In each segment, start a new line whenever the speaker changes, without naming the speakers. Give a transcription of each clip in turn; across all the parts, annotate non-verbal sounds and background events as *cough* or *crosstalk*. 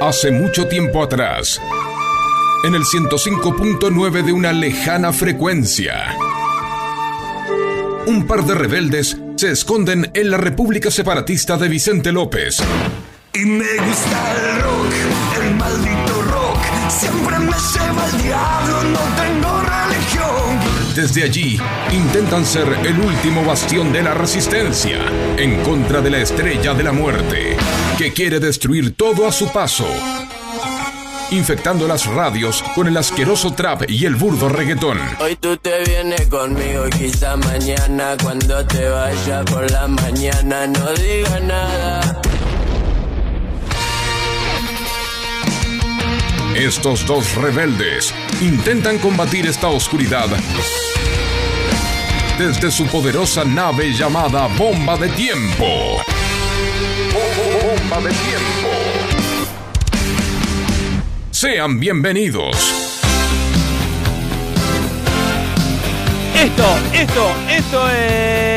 Hace mucho tiempo atrás, en el 105.9 de una lejana frecuencia, un par de rebeldes se esconden en la República Separatista de Vicente López.
Y me gusta el rock, el maldito rock. Siempre me lleva el diablo, no tengo religión.
Desde allí, intentan ser el último bastión de la resistencia en contra de la estrella de la muerte, que quiere destruir todo a su paso, infectando las radios con el asqueroso trap y el burdo reggaetón.
Hoy tú te vienes conmigo y quizá mañana cuando te vaya por la mañana no diga nada.
Estos dos rebeldes intentan combatir esta oscuridad desde su poderosa nave llamada Bomba de Tiempo. Bomba de Tiempo. Sean bienvenidos.
Esto, esto, esto es.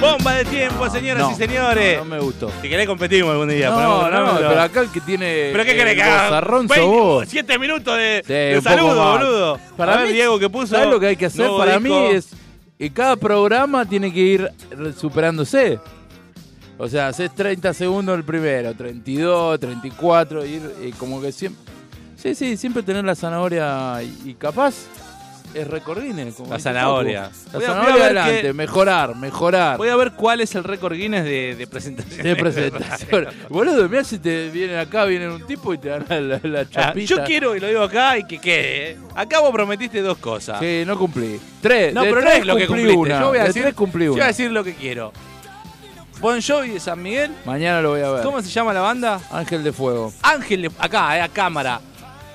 Bomba de tiempo, señoras
No,
y señores.
No, no me gustó.
Si querés competimos algún día. ponemos- ponémoslo.
pero acá el que tiene.
¿Pero qué querés que haga?
Zarrón
Veinte-
vos.
Siete minutos de,
Sí,
de
un poco
saludo,
más.
boludo. Para
Para
ver,
mí,
Diego, que puso.
¿Sabes lo que hay que hacer?
Nuevo
Para
disco.
mí es. Que cada programa tiene que ir re- superándose. O sea, haces 30 segundos el primero, 32, 34, ir eh, como que siempre. Sí, sí, siempre tener la zanahoria y, y capaz es recorrines. como
La
dice
zanahoria.
Facu.
Voy
La
a- voy a
zanahoria
ver
adelante,
qué-
mejorar, mejorar.
Voy a ver cuál es el récord Guinness de, de presentación. *laughs*
De *laughs* presentación. Boludo, mirá si te vienen acá, vienen un tipo y te dan la, la- la chapita.
Ah, Yo quiero, y lo digo acá, y que quede. ¿eh? Acá vos prometiste dos cosas.
Sí, no cumplí. Tres.
No,
de
pero no
tres
es lo que
cumplí
cumpliste.
una.
Yo voy a
de
decir-
tres cumplí
Yo voy a
una.
decir lo que quiero. Bon Jovi de San Miguel.
Mañana lo voy a ver.
¿Cómo se llama la banda?
Ángel de Fuego.
Ángel de... Acá, eh, a cámara.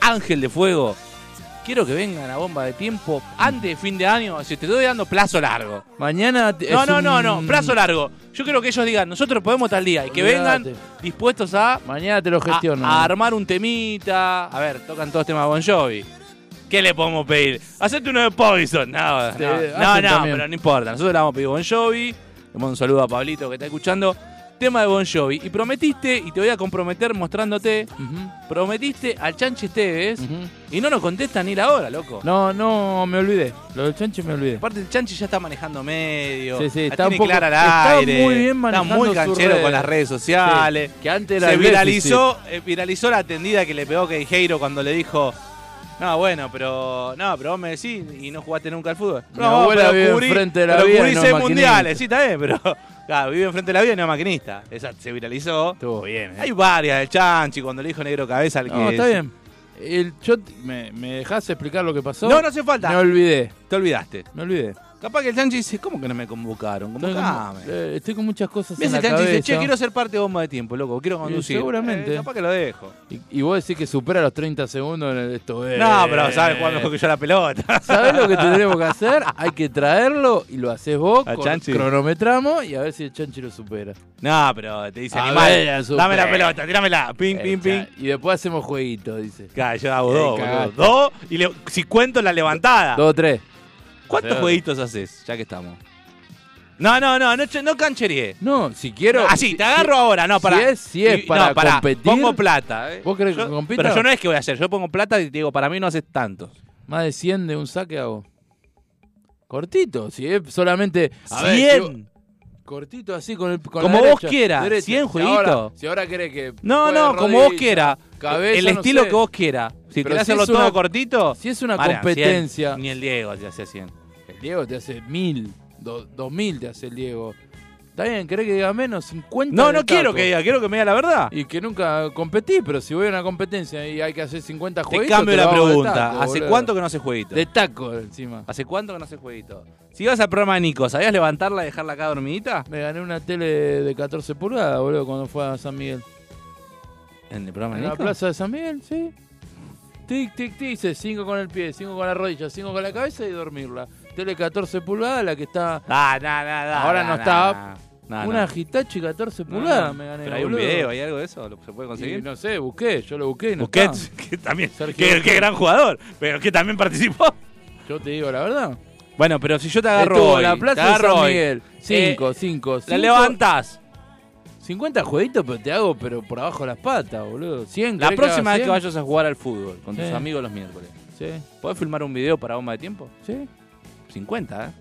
Ángel de Fuego. Quiero que vengan a bomba de tiempo antes de fin de año. Si te estoy dando plazo largo.
Mañana. t-
No,
es
no, no,
un-
no. Plazo largo. Yo quiero que ellos digan, nosotros podemos tal día. Y que vengan
Olvídate.
dispuestos a,
Mañana te lo
a,
gestiono.
a armar un temita. A ver, tocan todos temas de Bon Jovi. ¿Qué le podemos pedir? Hacete uno de Poison. No, no,
Te-
no,
hacen
no,
también.
pero no importa. Nosotros le vamos a pedir Bon Jovi. Le mando un saludo a Pablito que está escuchando. Tema de Bon Jovi. Y prometiste, y te voy a comprometer mostrándote,
Ujú,
prometiste al Chanche Esteves
ujú.
y no nos contesta ni la hora, loco.
No, no, me olvidé. Lo del chancho me olvidé.
Aparte el Chanchi ya está manejando medio.
Sí, sí,
la
está un
tiene
poco-
clara al
está
aire,
muy bien
Está muy
manejando
canchero
sus redes.
con las redes sociales.
Sí, que antes era
Se
el
viralizó, eh, viralizó la atendida que le pegó Queijeiro cuando le dijo. No, bueno, pero. No, pero vos me decís y no jugaste nunca al fútbol.
Mi
No,
abuela
pero
vive
cubrí-
enfrente de la
pero
vía y
cubrí
no
seis
es
mundiales, sí, está bien, pero. *laughs* Claro, vive enfrente de la vida y no es maquinista. Esa se viralizó.
Estuvo bien, eh.
Hay varias del Chanchi cuando le dijo negro cabeza al que.
No, está bien. El, yo, t- me, ¿Me dejás explicar lo que pasó?
No, no hace falta.
Me olvidé,
Te olvidaste.
me olvidé.
Capaz que el Chanchi dice, ¿cómo que no me convocaron?
Estoy con,
Convocame.
eh, estoy con muchas cosas
¿Ves
en la
el chanchi
cabeza.
dice, che, quiero ser parte de bomba de tiempo, loco, quiero conducir?
seguramente.
Eh, capaz que lo dejo.
y, y vos decís que supera los 30 segundos en el- esto. eh.
No, pero sabes jugar mejor que yo la pelota. *laughs*
¿Sabés lo que tendremos que hacer? Hay que traerlo y lo haces vos,
Al
con-
Chanchi.
cronometramos y a ver si el Chanchi lo supera.
no, pero te dice
A
animal.
ver, la
dame la
super-
pelota, tirámela. Ping,
Eh,
ping, ping.
ya, Y después hacemos jueguito, dice.
Claro, yo hago
Eh,
dos, boludo.
cagaste.
Dos, y le- si cuento la levantada.
Dos o tres.
¿Cuántos
Claro.
jueguitos haces? Ya que estamos. No, no, no, no, ch- no cancheríe.
No, si quiero.
Así,
si-
Ah, te agarro
si-
ahora, no, para.
Si es, si es para, competir.
Pongo plata. eh.
¿Vos querés que
Yo-
compita?
Pero yo no es que voy a hacer, yo pongo plata y te digo, para mí no haces tanto.
Más de 100 de un saque hago. Cortito, si es solamente. A ver, si vos-
100.
cortito así con el. con
Como
la
vos
derecha,
quieras,
derecha.
100
Si ahora-
jueguitos.
Si ahora querés que.
No,
juegue
no, como vos
rodilla,
quieras.
cabeza,
el
no
estilo
sé.
que vos quieras. Si
Pero
querés
si
hacerlo
es
todo
una-
cortito.
Si es una
Pará,
competencia.
100, ni el Diego te hace 100.
El Diego te hace mil, do- dos mil te hace el Diego. Está bien, querés que diga menos, 50.
No,
del
no quiero
taco.
que diga, quiero que me diga la verdad.
Y que nunca competí, pero si voy a una competencia y hay que hacer 50
Te
juegos.
cambio la pregunta. ¿Hace cuánto que no hace jueguito?
De taco encima.
¿Hace cuánto que no hace jueguito? Si vas al programa de Nico, ¿sabías levantarla y dejarla acá dormidita?
Me gané una tele de 14 pulgadas, boludo, cuando fue a San Miguel.
En el programa
En
de
la
Nico.
plaza de San Miguel, sí. Tic, tic, tic, hice 5 con el pie, 5 con la rodilla, 5 con la cabeza y dormirla. Tele 14 pulgadas, la que está.
Ah, nah, nah, nah,
Ahora
nah,
no
nah,
está.
nah. Nah,
una
nah.
Hitachi 14
No, no.
pulgadas me gané.
Pero hay un
boludo.
video, ¿hay algo de eso? ¿Lo- ¿Se puede
Y
conseguir?
no sé, busqué, yo lo busqué y no
Busquets,
está.
*laughs* que también.
Sergio
que-
Busquets.
que gran jugador, pero que también participó.
Yo te digo la verdad.
Bueno, pero si yo te agarro
Estuvo
hoy,
la Plaza
te
de
agarro
San
hoy,
Miguel. Cinco,
eh,
cinco,
la
cinco.
levantás.
50 jueguitos, pero te hago pero por abajo de las patas, boludo. 100,
La
¿querés que
próxima
haga
vez que
100?
vayas a jugar al fútbol con tus
Sí.
amigos los miércoles,
Sí,
¿podés filmar un video para bomba de tiempo?
sí.
50, ¿eh?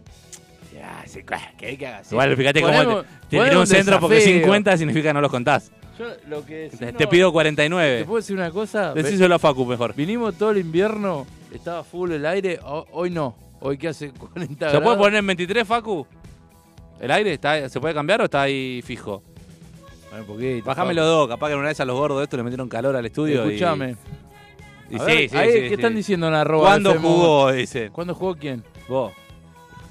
Ya, sí, claro, que hay que hacer.
Igual, fíjate cómo
Ponemos-
te- te,
ponemos
tiré un centro porque
desafío.
50 significa no los contás.
Yo lo que. si
Te-
no-
te pido
¿Te
49.
puedo decir una cosa? Ve-
Decíselo a Facu mejor.
Vinimos todo el invierno, estaba full el aire, ho- hoy no. Hoy que hace *laughs* 40 grados.
¿Se puede poner en 23, Facu? ¿El aire está, se puede cambiar o está ahí fijo?
Bueno, un poquito.
Bájame los dos, capaz que una vez a los gordos estos le metieron calor al estudio. y-
Escúchame.
Y,
A
sí,
ver,
sí,
ahí,
sí,
¿Qué
sí.
están diciendo en arroba?
¿Cuándo
FM?
jugó? Dicen.
¿Cuándo jugó quién?
Vos.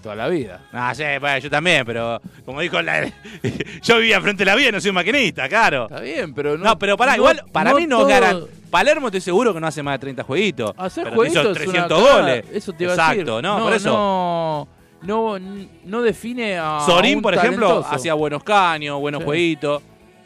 Toda la vida.
Ah, sí, bueno, yo también, pero como dijo la. *laughs* yo vivía frente a la vía, no soy un maquinista, claro.
Está bien, pero no.
No, pero para igual, para mí no
todo-
ganan. Palermo estoy seguro que no hace más de 30 jueguitos.
Hacer
pero te
jueguitos
hizo
es
300
una cagada.
goles.
Eso te iba a decir.
Exacto, ¿no? Por eso.
No, no, no define a. a
Sorín,
un
por ejemplo,
talentoso.
hacía buenos caños, buenos
Sí.
jueguitos.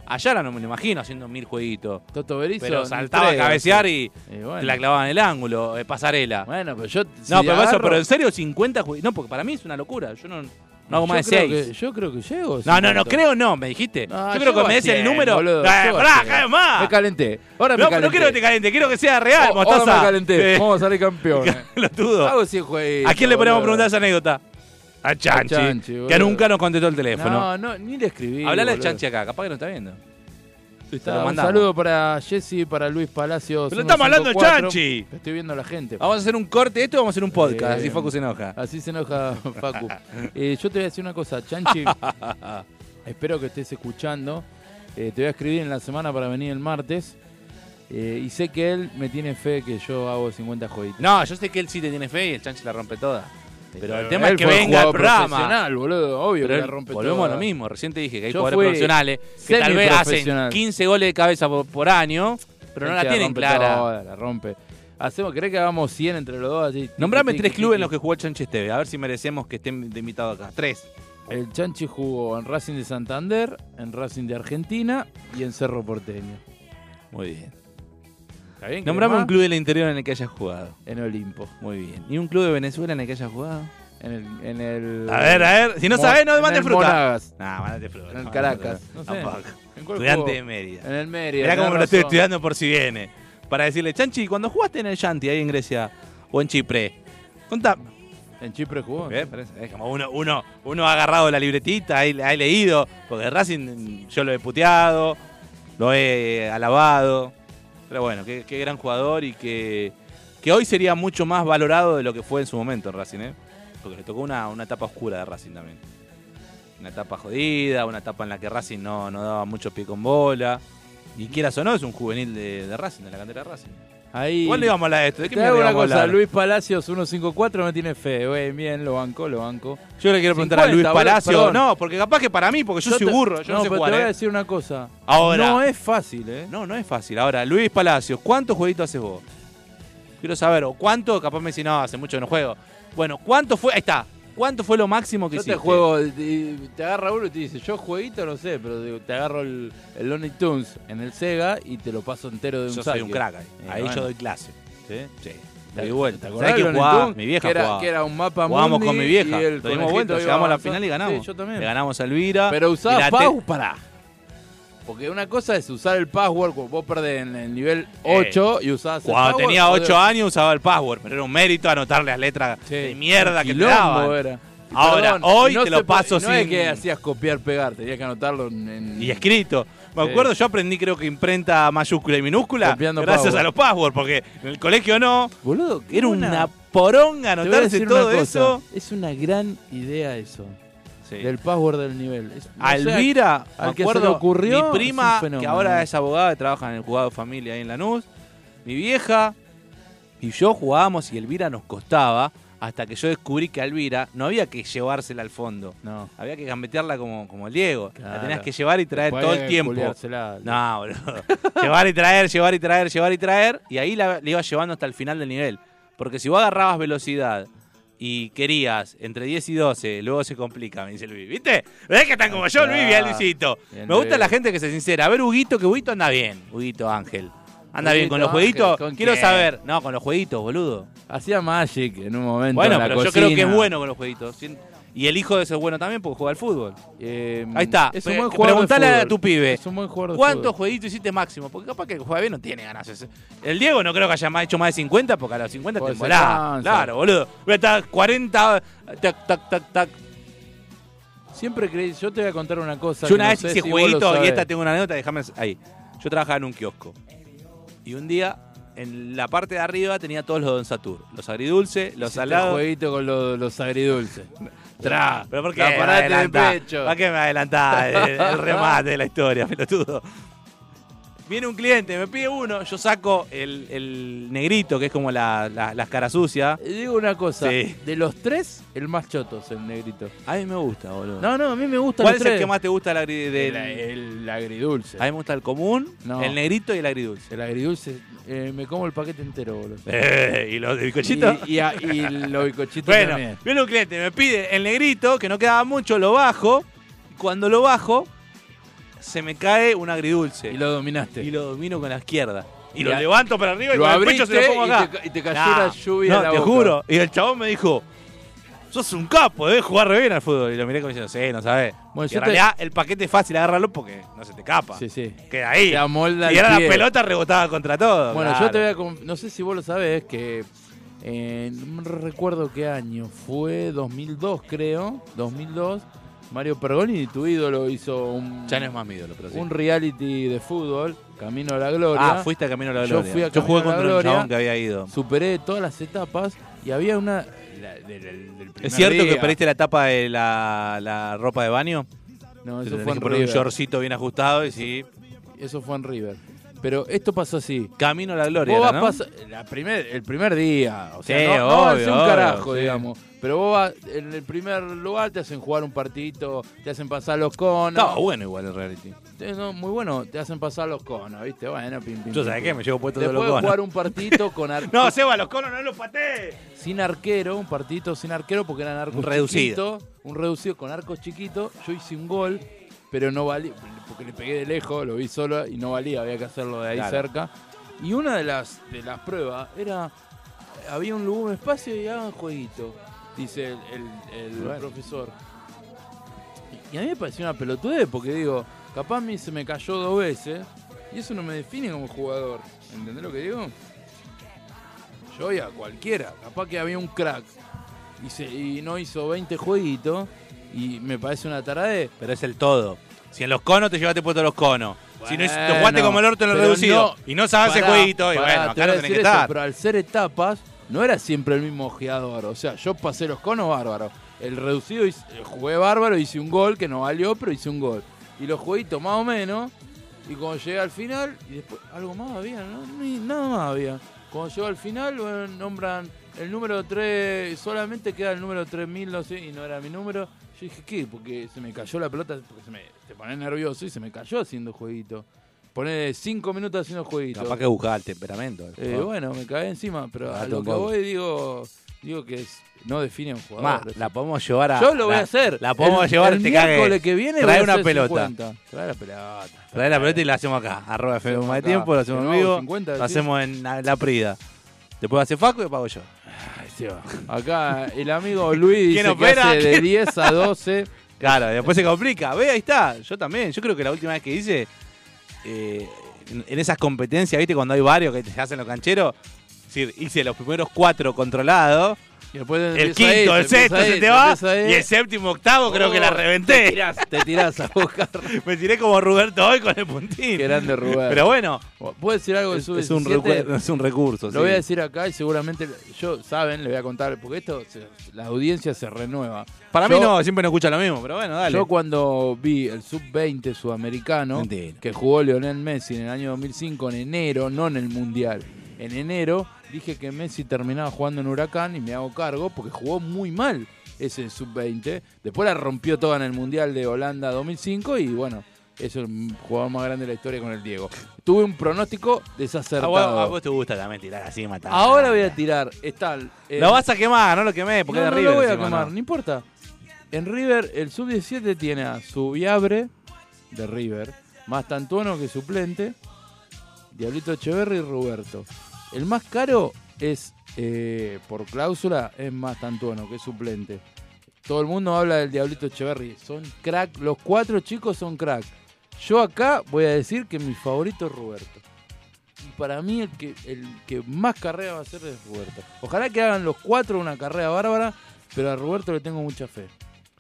Allá no me lo imagino haciendo mil jueguitos.
Toto Berizzo,
Pero
ni
saltaba a
tres,
cabecear
así.
y
Y bueno.
te la clavaba en el ángulo, eh, pasarela.
Bueno, pero yo. si
no, pero eso,
agarro-
pero en serio, 50 jueguitos. No, porque para mí es una locura. Yo no, no hago más
yo
de
creo
6.
que- yo creo que llego.
No, no, no,
50.
creo no, me dijiste.
No,
yo creo que
llego
me
a
des el
100,
número.
boludo,
Eh,
llego a
pará,
100.
cada vez más.
Me calenté. Ahora me
No,
calenté.
no quiero que te caliente, quiero que sea real,
Oh,
mostaza.
Ahora me calenté.
Eh,
Vamos a
*laughs*
salir campeones.
lo dudo.
Hago 100 jueguitos.
¿A quién le ponemos a
boludo.
preguntar esa anécdota? A Chanchi,
Chanchi,
que
boludo.
nunca nos contestó el teléfono.
No, no, ni le escribí.
Hablale a
boludo.
Chanchi acá, capaz que no está viendo.
Está,
lo
un
mandamos.
saludo para Jesse, para Luis Palacios.
Pero estamos hablando de
154.
Chanchi. Ah,
Estoy viendo a la gente.
Vamos a hacer un corte de esto y vamos a hacer un podcast,
Eh,
así Facu se enoja.
Así
*laughs*
se enoja Facu. Eh, yo te voy a decir una cosa, Chanchi. espero que estés escuchando. Eh, te voy a escribir en la semana para venir el martes. Eh, y sé que él me tiene fe que yo hago 50 jueguitos.
No, yo sé que él sí te tiene fe y el Chanchi la rompe toda. Pero el tema
Él
es que
fue
venga al
jugador
programa.
profesional, boludo. Obvio
Pero
que
él-
la rompe
volvemos
toda.
a lo mismo, recién te dije que hay
Yo
jugadores
fui
profesionales que tal vez hacen
semiprofesional.
15 goles de cabeza por, por año, pero no
Él
la
te
tienen
rompe
clara.
toda, la rompe. Hacemos, ¿Querés que hagamos 100 entre los dos? Así,
Nombrame
tiqui,
tres
tiqui,
clubes en
tiqui.
los que jugó Chanchi Esteve, a ver si merecemos que estén de invitado acá. Tres.
El Chanchi jugó en Racing de Santander, en Racing de Argentina y en Cerro Porteño.
Muy bien.
¿Está bien?
Nombrame
¿Querés
un
más?
club del interior en el que hayas jugado.
En Olimpo.
Muy bien. ¿Y un club de Venezuela en el que hayas jugado?
En el. En el
A ver, a ver. Si no
Mo-
sabés, no
en
mandes
el
fruta.
Monagas,
Nah, mandate fruta.
en el
no,
Caracas.
no,
No
no,
sé.
Tampoco.
¿En cuál
Estudiante
jugó?
de media.
En el Mérida.
Mirá cómo
tenés
me lo estoy
razón.
estudiando por si viene. Para decirle, Chanchi, cuando jugaste en el Shanti ahí en Grecia o en Chipre, contame.
En Chipre jugó.
¿Ves? Es como uno, uno, uno ha agarrado la libretita, ahí la he leído, porque Racing mm, yo lo he puteado, lo he eh, alabado. Pero bueno, qué, qué gran jugador y que, que hoy sería mucho más valorado de lo que fue en su momento en Racing, ¿eh? Porque le tocó una, una etapa oscura de Racing también. Una etapa jodida, una etapa en la que Racing no, no daba mucho pie con bola. Y quieras o no, es un juvenil de, de Racing, de la cantera de Racing.
Ahí.
¿Cuál le íbamos a hablar de esto? ¿De qué
Te
mierda
hago una
íbamos a
cosa.
hablar?
Luis Palacios 154 me tiene fe. Güey, bien, lo banco, lo banco.
Yo le quiero preguntar
50,
a Luis
boludo,
Palacio.
perdón.
No, porque capaz que para mí, porque yo, soy
te-
burro, yo no, sé
pero
jugar.
te voy a
¿eh?
decir una cosa.
Ahora.
No es fácil, ¿eh?
No, no es fácil. Ahora, Luis Palacios, ¿cuántos jueguitos haces vos? Quiero saber, o cuánto, capaz me decís, no, hace mucho que no juego. Bueno, ¿cuánto fue? Ahí está. ¿Cuánto fue lo máximo que
Yo
hiciste?
te juego, y te agarra uno y te dice, yo jueguito no sé, pero digo, te agarro el, el Looney Tunes en el Sega y te lo paso entero de un
Yo soy
saque.
un crack ahí.
Eh,
Ahí
bueno.
yo doy clase. ¿Sí? Sí.
¿Te-
Doy vuelta.
te acordás
¿Sabés
de
quién
Looney
jugaba?
Tunes?
Mi vieja
que era,
jugaba.
que era un mapa
Jugábamos
mundi
con mi vieja.
y el
Lo dimos
conejito
vuelta,
iba
llegamos a la
avanzando.
final y ganamos.
Sí, yo también.
Le ganamos a Elvira.
Pero
Y
usaba
la te-
Pau para. Porque una cosa es usar el password cuando vos perdés en el nivel 8 y usabas el
Eh, Cuando
password,
tenía
o de-
8 años usaba el password, pero era un mérito anotar las letras
Sí,
de mierda que te
quilombo
daban.
era. Y
Ahora, hoy
no
te lo
se po-
paso
No es
sin-
que hacías copiar, pegar, tenías que anotarlo en... en-
y escrito. Me
Sí.
acuerdo, yo aprendí creo que imprenta mayúscula y minúscula
Copiando
gracias
password.
a los passwords, porque en el colegio no.
Boludo, qué
Era una poronga
Te voy a
anotarse
decir
todo
una cosa,
eso.
Es una gran idea eso.
Sí.
Del password del nivel. Es- no
A
sé,
Elvira,
al
me
que se
acuerdo,
le ocurrió, es
mi
un
prima, que
fenómeno.
ahora es abogada y trabaja en el juzgado de familia ahí en Lanús, mi vieja y yo jugábamos y Elvira nos costaba hasta que yo descubrí que a Elvira no había que llevársela al fondo.
No.
Había que gambetearla como, como el Diego. La
Claro.
tenías que llevar y traer
Puede
todo el tiempo.
culiársela.
No, boludo. *laughs* llevar y traer, llevar y traer, llevar y traer. Y ahí la, la ibas llevando hasta el final del nivel. Porque si vos agarrabas velocidad y querías entre 10 y 12, luego se complica, me dice Luis. ¿Viste? ¿Ves que están como yo, Luis? Bien, Luisito.
Ah, Bien,
me gusta
Luis.
la gente que se sincera. A ver, Huguito, que Huguito anda bien. Huguito Ángel. Anda bien con los
Jueguito
jueguitos.
Ángel, ¿con
Quiero
quién?
saber. No, con los jueguitos, boludo.
Hacía Magic en un momento.
Bueno,
en la
pero yo creo que
cocina.
es bueno con los jueguitos. Sin- Y el hijo de ese es bueno también porque juega al fútbol.
Eh,
Ahí está.
Es un
Pre-
buen jugador. de
preguntale a
fútbol.
tu pibe.
Es un buen jugador. de
¿Cuántos
fútbol.
jueguitos hiciste máximo? Porque capaz que el juega bien no tiene ganas. ese. El Diego no creo que haya más- hecho más de 50 porque a los 50 te
Pues se
embolás.
cansa.
Claro, boludo. Voy a estar 40. Tac, tac, tac, tac.
Siempre creí. Yo te voy a contar una cosa.
Yo
que
una
no
vez
sé
hice
si vos lo
jueguito y
sabés.
esta tengo una anécdota, déjame ahí. Yo trabajaba en un kiosco. Y un día, en la parte de arriba tenía todos los Don Satur. Los agridulces, los
Hiciste
salados.
jueguito con lo- los agridulces. Tra.
¿Pero por qué?
La
me
parate de
adelantás?
pecho.
¿Para qué me *laughs* adelantás el, el remate de la historia, pelotudo? Viene un cliente, me pide uno, yo saco el, el negrito, que es como la, la- las caras sucias.
Digo una cosa.
Sí.
De los tres, el más choto es el negrito.
A mí me gusta, boludo.
No, no, a mí me gusta
¿Cuál
los
es
tres.
el que más te gusta? la agri- del-
El, el agridulce.
A mí me gusta el común,
No.
el negrito y el agridulce.
El agridulce. eh, me como el paquete entero, boludo.
Eh, ¿Y este los de
Y,
bizcochito?
y, a- y los bizcochitos
Bueno,
también.
viene un cliente, me pide el negrito, que no quedaba mucho, lo bajo. y Cuando lo bajo, se me cae un agridulce.
Y lo dominaste.
Y lo domino con la izquierda. Y
Y
lo
a-
levanto para arriba y
lo
con el pecho se lo
abriste
pongo
y
acá.
te- y te cayó la lluvia
No,
en la
te
boca.
juro. Y el chabón me dijo, sos un capo, debes jugar re bien al fútbol. Y lo miré como diciendo, sí, no sabes.
Bueno,
Y
yo
en
te-
realidad el paquete es fácil, agárralo porque no se te escapa.
Sí, sí.
Queda ahí.
Te amolda
y
el
ahora la
pie.
pelota rebotaba contra todo.
Bueno,
claro.
yo te voy a... conf- No sé si vos lo sabés, que... eh, no me recuerdo qué año. Fue 2002, creo. 2002. Mario Pergoni, tu ídolo, hizo un...
Ya no es más mi ídolo, pero sí.
Un reality de fútbol, Camino a la Gloria.
Ah, fuiste a Camino a la
Yo
Gloria.
fui Ah, a Camino
jugué
a la
contra
Gloria.
un chabón que había ido.
Superé todas las etapas y había una... la- del- del- del primer
¿Es cierto que
día.
perdiste la tapa de la, la ropa de baño?
No,
Te
eso
tenés
fue
que
en
poner un
River.
shortcito bien ajustado y sí.
Eso fue en River. Pero esto pasó así.
Camino a la gloria.
Vos vas
era, ¿no?
pas- la primer, el primer día, o sea,
Sí,
no, no avancé
obvio,
un
obvio,
carajo,
sí.
digamos. Pero vos vas, en el primer lugar te hacen jugar un partidito, te hacen pasar los conos.
Estaba bueno igual el reality.
Eh, no, muy bueno, te hacen pasar los conos, ¿viste? Bueno, pim, pim.
Yo
pim,
sabés
pim.
qué, me llevo puesto de
Después
los conos.
jugar un
*laughs*
partidito con ar-
No, Seba, los conos no los patees.
sin arquero, un partidito sin arquero porque eran arcos
Un reducido.
chiquitos, un reducido con arcos chiquitos. Yo hice un gol, pero no valía, porque le pegué de lejos, lo vi solo y no valía, había que hacerlo de ahí
Claro.
cerca. Y una de las, de las pruebas era, había un lugar, un espacio y hagan jueguito, dice el, el- el profesor. Y a mí me pareció una pelotudez, porque digo, capaz a mí se me cayó dos veces, y eso no me define como jugador. ¿Entendés lo que digo? Yo y a cualquiera. Capaz que había un crack y, se- y no hizo 20 jueguitos y me parece una tarade.
Pero es el todo. Si en los conos te llevaste puesto los conos. si no te jugaste
Bueno,
como el orto en el
pero
reducido.
no-
y no sabes el
Pará,
jueguito. Y
pará,
bueno,
te
acá
voy
no
a
tenés
decir
que
eso,
estar.
Pero al ser etapas, no era siempre el mismo ojeador. O sea, yo pasé los conos bárbaro. El reducido hice- eh, jugué bárbaro, hice un gol que no valió, pero hice un gol. Y los jueguitos más o menos. Y cuando llegué al final, y después algo más había, ¿no? Ni- nada más había. Cuando llego al final, bueno, nombran el número 3, solamente queda el número 3000, no sé, y no era mi número. Yo dije, ¿qué? Porque se me cayó la pelota, porque se me, te pones nervioso y se me cayó haciendo jueguito. Poner 5 minutos haciendo jueguito.
Capaz que buscaba el temperamento.
Eh,
¿no?
bueno, me cagué encima, pero a
Gato
lo que
Bob.
voy digo, digo que es- no define a un jugador.
Ma,
eso.
la podemos llevar a.
Yo lo voy
la-
a hacer.
La podemos
el,
llevar
el
te
miércoles
cagues.
que viene.
Trae
voy a
una
hacer
pelota.
50. Trae la pelota.
Trae la pelota y la hacemos acá. Arroba FM
Hacemos
más de
acá.
tiempo, lo hacemos en
Pero
vivo.
no, 50,
lo
decís.
hacemos en la, la Prida. Después hace Facu y lo pago yo.
Ahí se va. *laughs* Acá el amigo Luis
¿Quién
dice que
opera?
hace de
¿Quién?
10 a 12.
Claro, después se complica. Ve, ahí está. Yo también. Yo creo que la última vez que hice, eh, en en esas competencias, ¿viste? Cuando hay varios que te hacen los cancheros, es decir, hice los primeros cuatro controlados.
Y después
El
empieza ahí,
quinto,
te
el
empieza
sexto
ahí,
se te va.
empieza ahí.
Y el séptimo, octavo, creo que la
Oh, Te
reventé.
tirás, te tirás a buscar. *laughs*
*laughs* Me tiré como Roberto hoy con el puntín.
Qué grande Rubén.
Pero bueno,
¿Puedes decir algo de
es,
su
es un
17?
recu- es un recurso. sí.
Lo voy a decir acá y seguramente yo saben, le voy a contar, porque esto se- la audiencia se renueva.
Para
Yo-
mí no, siempre no escucha lo mismo, pero bueno, dale.
Yo cuando vi el sub-20 sudamericano
Mentira.
que jugó Lionel Messi en el año 2005, en enero, no en el Mundial, en enero, dije que Messi terminaba jugando en Huracán y me hago cargo porque jugó muy mal ese sub-20. Después la rompió toda en el Mundial de Holanda 2005 y bueno, es el jugador más grande de la historia con el Diego. Tuve un pronóstico
a, vos, a
desacertado.
vos te gusta también tirar así, matar.
Ahora voy a tirar, está... eh, el-
Lo vas a quemar, no lo quemé, porque
no,
es
no
de River
lo voy a
encima,
quemar,
¿no?
no importa. En River, el sub-17 tiene a Subiabre, de River, más Tantuono que suplente, Diablito Echeverri y Roberto. El más caro es, eh, por cláusula, es más tantuono, que es suplente. Todo el mundo habla del Diablito Echeverri. Son crack, los cuatro chicos son crack. Yo acá voy a decir que mi favorito es Roberto. Y para mí el que, el que más carrera va a hacer es Roberto. Ojalá que hagan los cuatro una carrera bárbara, pero a Roberto le tengo mucha fe.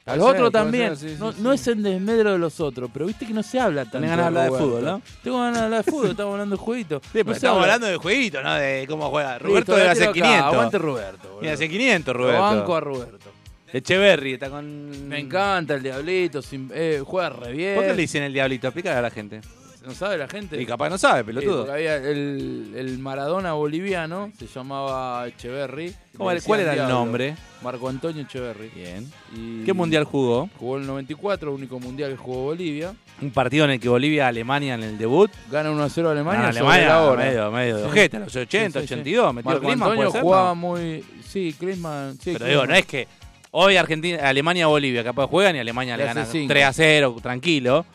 Al
Puede ser,
otro
puede
también.
ser, sí,
no
sí,
no
sí.
es en desmedro de los otros, pero viste que no se habla tanto.
Tenés ganas de hablar de
Roberto.
fútbol, ¿no?
Tengo ganas de hablar de fútbol, estamos hablando de jueguito.
Sí, pero estamos hablando de jueguito, ¿no? De cómo juega. Roberto
de
debe hacer 500.
Aguante Roberto. boludo.
Mira, hace 500,
Lo banco
Roberto.
a Roberto.
Echeverry está con.
Me encanta el Diablito, sin- eh, juega re bien.
¿Por qué le dicen el diablito? Explícale a la gente.
¿No sabe la gente?
Y capaz no sabe,
Eh,
pelotudo.
porque había el, el Maradona boliviano, se llamaba Echeverry.
¿Cómo
Le
era- ¿Cuál
decían
era el
Diablo.
nombre?
Marco Antonio Echeverry.
Bien.
Y
¿Qué mundial jugó?
Jugó el 94, único mundial que jugó Bolivia.
Un partido en el que Bolivia-Alemania en el debut.
Gana 1 a 0 a Alemania.
Ah,
sobre
Alemania,
la hora.
medio, medio de
Sí.
ojete, a los 80,
Sí, sí, sí.
82. Metió
Marco
Klinsmann,
Antonio
puede ser,
jugaba
¿no?
muy. Sí, Klinsmann. Sí,
Pero digo, no es que hoy Argentina, Alemania Bolivia capaz juegan y Alemania le
Le hace
gana
cinco.
3 a 0, tranquilo.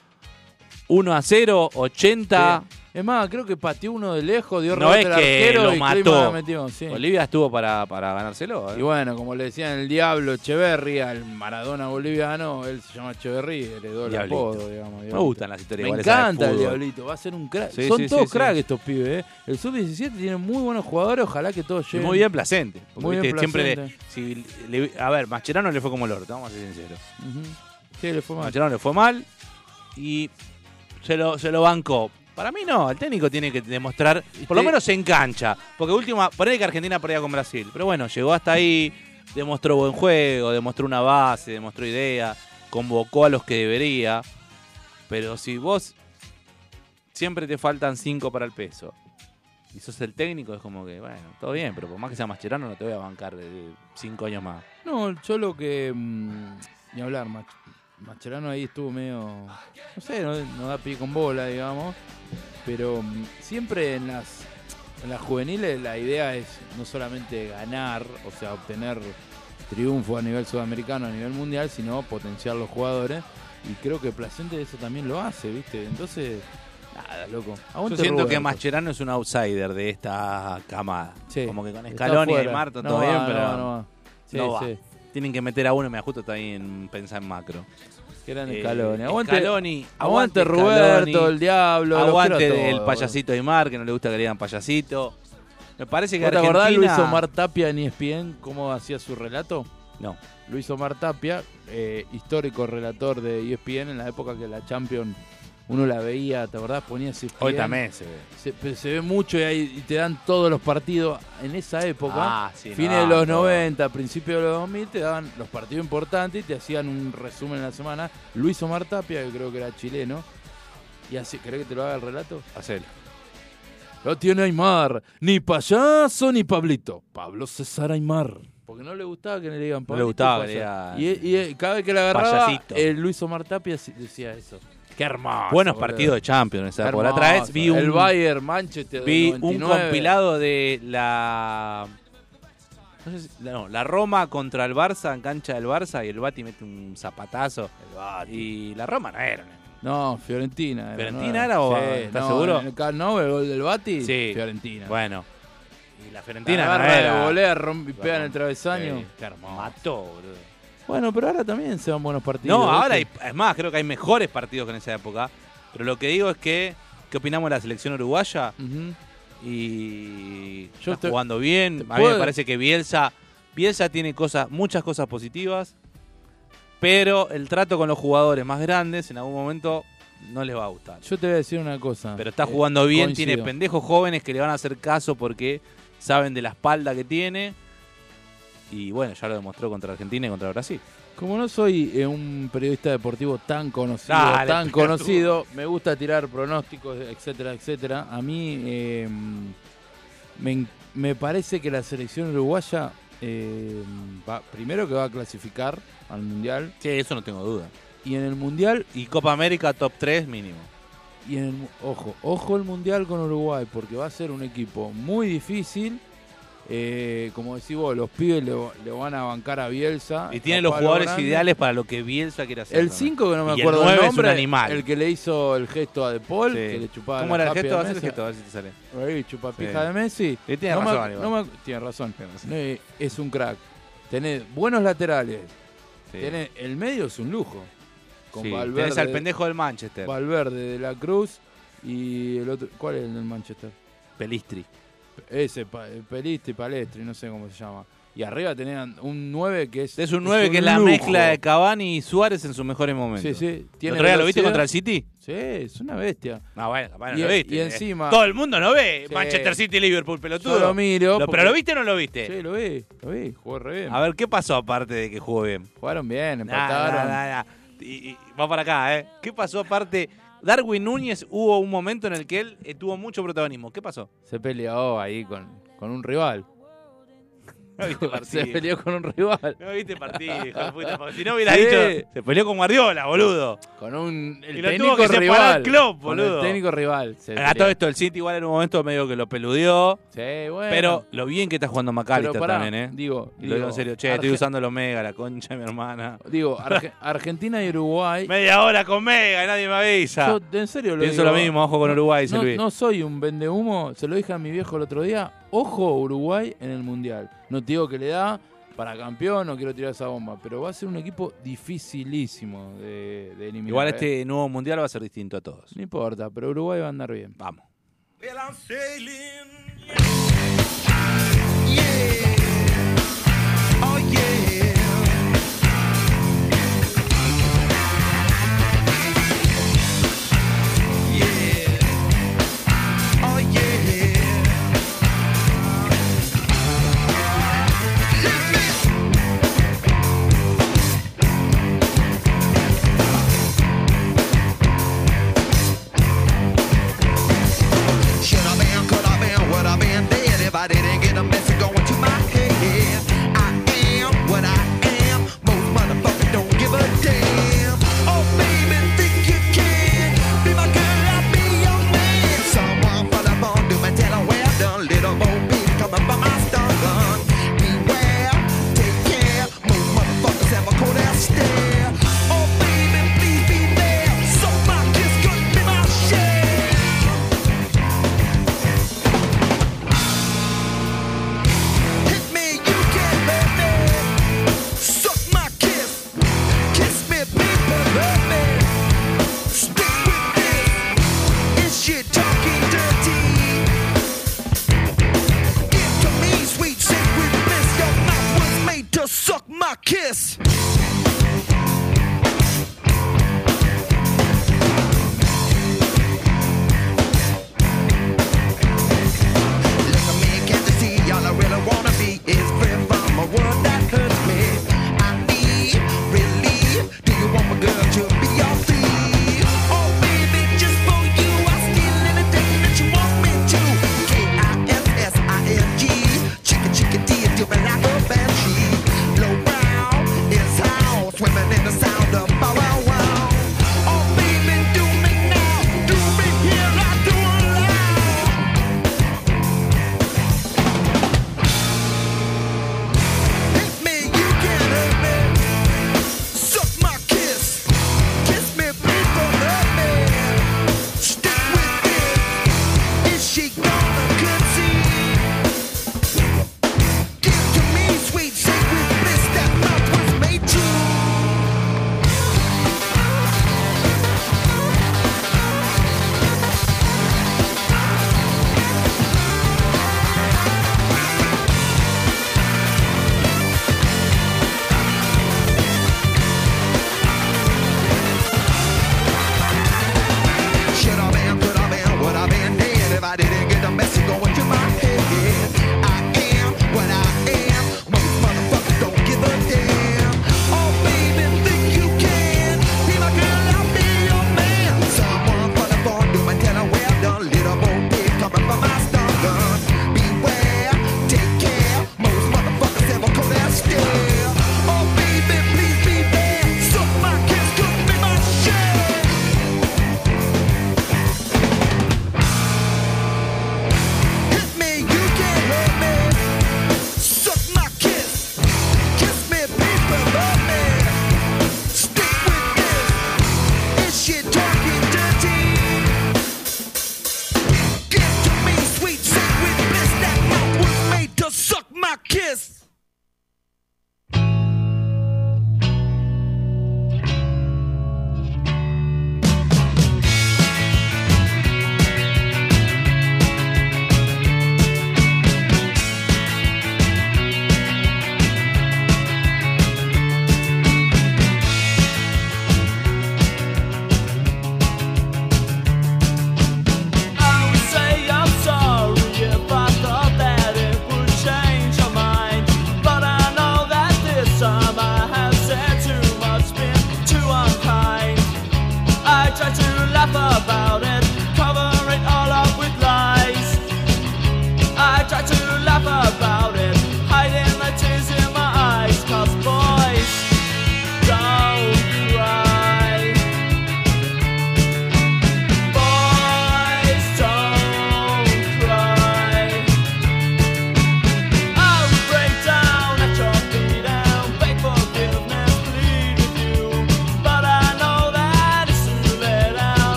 1 a 0, 80.
Es más, creo que pateó uno de lejos, dio
No
rebote
es
al
que
arquero
lo
y
mató.
Klinsmann la metió, sí.
Bolivia estuvo para, para ganárselo. ¿eh?
Y bueno, como le decían el diablo Echeverry al Maradona boliviano, él se llama Echeverry, heredó el
Diablito.
apodo, digamos.
Me gustan las historias
Me
iguales a la de
encanta el
fútbol.
Diablito, va a ser un crack.
Sí,
Son
sí,
todos
sí,
crack
sí.
estos pibes, ¿eh? El sub-17 tiene muy buenos jugadores, ojalá que todos
Y
lleguen.
muy bien placente. Porque
Muy bien
viste, siempre le-
placente.
si le- A ver, Mascherano le fue como el orto, vamos a ser sinceros.
Ujú. Sí, le fue mal.
Mascherano le fue mal y se lo, se lo bancó. Para mí no, el técnico tiene que demostrar, por lo
te-
menos se engancha. Porque última, por ahí que Argentina perdía con Brasil. Pero bueno, llegó hasta ahí, demostró buen juego, demostró una base, demostró idea, convocó a los que debería. Pero si vos siempre te faltan cinco para el peso y sos el técnico, es como que, bueno, todo bien, pero por más que sea Mascherano no te voy a bancar eh, cinco años más.
No, yo lo que. mm, ni hablar, Mach- Mascherano ahí estuvo medio. No sé, no, no da pie con bola, digamos. Pero mm, siempre en las, en las juveniles la idea es no solamente ganar, o sea, obtener triunfo a nivel sudamericano, a nivel mundial, sino potenciar los jugadores. Y creo que Placente eso también lo hace, ¿viste? Entonces, nada, loco.
Yo
Aguante,
siento que
Roberto.
Mascherano es un outsider de esta camada.
pues. Sí.
Como que con
Está
Scaloni y
fuera.
de Marta
No
todo
va,
bien,
no
pero
va, no va. Sí,
no va.
sí.
tienen que meter a uno. Me ajusto está ahí en pensar en macro.
Gran
Eh,
Scaloni. Aguante,
Scaloni,
Aguante
Scaloni,
Roberto, el diablo. los
aguante
quiero a
del
todos,
payasito Aymar, que no le gusta que le digan payasito. Me parece que
boludo. ¿Vos ¿Te acordás
Argentina...
Luis Omar Tapia en E ESPN cómo hacía su relato?
No.
Luis Omar Tapia, eh, histórico relator de E ESPN en la época que la Champions uno la veía, ¿te acordás? Ponía E ese
Hoy
ESPN,
también se ve.
Se, pero se ve mucho y, ahí- y te dan todos los partidos en esa época.
Ah, sí,
fines
no,
de los
no.
90, principios de los 2000, te daban los partidos importantes y te hacían un resumen en la semana. Luis Omar Tapia, que creo que era chileno. Y así, ¿querés que te lo haga el relato?
Hacelo.
Lo tiene Aymar. Ni payaso ni Pablito. Pablo César Aymar. Porque no le gustaba que le digan Pablito.
le gustaba que
y
le
payaso.
digan,
Y, él- y él- cada vez que la agarraba,
payasito.
el Luis Omar Tapia si- decía eso. Qué hermoso.
Buenos
boludo.
partidos de Champions. ¿sabes? Por la
Hermoso.
otra vez vi un...
El Bayern, Manchester.
Vi
del
un
99.
compilado de la. No, sé si- no, la Roma contra el Barça en cancha del Barça y el Bati mete un zapatazo. Y la Roma no era.
No, Fiorentina.
¿Fiorentina era o- estás
no,
seguro?
En el Camp Nou, el gol del Bati.
Sí.
Fiorentina.
Bueno. Y la
Fiorentina
Fiorentina
la
no
agarra de
era.
volea, rompe y pega en el travesaño.
Sí, qué hermoso. Mató, boludo.
Bueno, pero ahora también se dan buenos partidos.
No, ahora hay,
¿viste?
es más, creo que hay mejores partidos que en esa época. Pero lo que digo es que. ¿Qué opinamos de la selección uruguaya?
Ujú.
Y.
Yo
Yo
te-
jugando bien.
te
A mí me
puedo-
parece que Bielsa. Bielsa tiene cosas, muchas cosas positivas. Pero el trato con los jugadores más grandes en algún momento no les va a gustar.
Yo te voy a decir una cosa.
Pero está
Eh,
jugando bien,
coincido.
tiene pendejos jóvenes que le van a hacer caso porque saben de la espalda que tiene. Y bueno, ya lo demostró contra Argentina y contra Brasil.
Como no soy eh, un periodista deportivo tan conocido,
Dale,
tan
pelotudo.
conocido, me gusta tirar pronósticos, etcétera, etcétera. A mí eh, me, en- me parece que la selección uruguaya, eh, va, primero que va a clasificar al Mundial,
Sí, eso no tengo duda.
y en el Mundial,
Y Copa América top 3 mínimo.
y en el, mu- ojo, ojo el Mundial con Uruguay, porque va a ser un equipo muy difícil, Eh, como decís vos, los pibes le, le van a bancar a Bielsa.
Y tiene los
Pablo
jugadores
Ah, Grande.
ideales para lo que Bielsa quiere hacer.
El
¿no?
5, que no me
Y el
acuerdo
nueve es un
nombre,
animal.
el que le hizo el gesto a De Paul,
Sí.
que le chupaba
¿Cómo era
la
el
japi
gesto?
a
Haz el
Messi.
gesto, a ver si te sale.
Ahí, chupapija
Sí.
de Messi.
Y tiene
no me-
razón, igual.
no me- tiene razón.
Tiene razón.
No, eh, es un crack. Tenés buenos laterales.
Sí.
Tenés- el medio es un lujo. Con
Sí,
Valverde,
Tenés al pendejo del Manchester.
Valverde de la Cruz y el otro. ¿Cuál es el del Manchester?
Pelistri.
Ese, pa, Peliste y Palestri, no sé cómo se llama. Y arriba tenían un 9 que es.
Es un 9 que es la
lujo.
mezcla de Cavani y Suárez en sus mejores momentos.
Sí, sí.
¿El
Tiene
otro día lo viste
velocidad.
contra el City?
Sí, es una bestia.
No, bueno, capaz no
Y-
lo viste.
y
eh.
encima-
Todo el mundo no ve
Sí.
Manchester City Liverpool, pelotudo.
Yo lo miro
Lo-
porque-
¿Pero lo viste o no lo viste?
Sí, lo vi, lo vi. Jugó re bien.
A ver, ¿qué pasó aparte de que jugó bien?
Jugaron bien,
Nah,
empataron.
nah, nah, nah. Y, y va para acá, ¿eh? ¿Qué pasó aparte? Darwin Núñez hubo un momento en el que él eh, tuvo mucho protagonismo. ¿Qué pasó?
Se peleó ahí con, con un *laughs* rival.
No *laughs* viste
Se
partido.
peleó con un rival.
No viste partido, hijo de puta. porque Si no hubiera
Sí.
dicho. Se peleó con Guardiola, boludo.
Con un. El
Y lo tuvo
técnico
que separar
rival.
Klopp,
Con
boludo.
el técnico rival. Se
A
peleó.
todo esto, el City igual en un momento medio que lo peludeó.
Sí, bueno.
Pero lo bien que está jugando
pero
McAllister
pará,
también, ¿eh?
Digo,
Y lo digo en serio, che, estoy
Arge-
usando los mega, la concha de mi hermana.
Digo, Arge- Argentina y *laughs* Uruguay.
Media hora con mega, nadie me avisa.
Yo en serio lo
Pienso
digo.
lo mismo, ojo con Uruguay, dice
no,
Luis.
no soy un vendehumo, se lo dije a mi viejo el otro día. Ojo Uruguay en el Mundial. No te digo que le da para campeón, no quiero tirar esa bomba, pero va a ser un equipo dificilísimo de, de eliminar.
Igual
¿eh?
este nuevo mundial va a ser distinto a todos.
No importa, pero Uruguay va a andar bien.
Vamos.
Well, I'm sailing. Yeah. Oh, yeah. Yeah. Oh, yeah. Lift me. Should I been, could I been, would I been dead if I didn't get a message going to my head? I am what I am. Most motherfuckers don't give a damn. Oh, baby, think you can be my girl, I'll be your man. Someone for the phone, do my tell her well done. Little bo peep coming by my stun gun. Beware, take care. Most motherfuckers have a cold ass stare. Oh, baby, please be there. So my kiss could be my share. Hit me, you can love me. Suck my kiss. Kiss me, people love me. Stick with this. Is she talking dirty? Give to me, sweet shake with this. Your mouth was made to suck my kiss. Look at me, can't you see? All I really wanna be is free from a world that hurts me. I need relief. Do you want my girl to be your thief? Oh, baby, just for you, I'll steal anything that you want me to. K I S S I N G, chicken chicken D, do me like a banshee. Low brown is how swimming in the sound of bow wow wow. Oh, baby, do me now, do me here, I do allow. Hit me, you can hurt me. Suck my kiss. Kiss me, people love me. Stick with it. Is she gonna concede? Give to me, sweet sacred bliss that mouth was made to. Should I been, could I been, would I been dead oh, if I didn't get the message going to my head? I am what I am. Most motherfuckers don't give a damn. Oh, baby, think you can be my girl, I'll be your man. Someone for the phone, do my tell her well done. Little old dick coming from my stomach. Beware, take care. Most motherfuckers have a cold ass stare. Oh, baby, please be there. Suck my kiss, could be my share. Hit me, you can hurt me.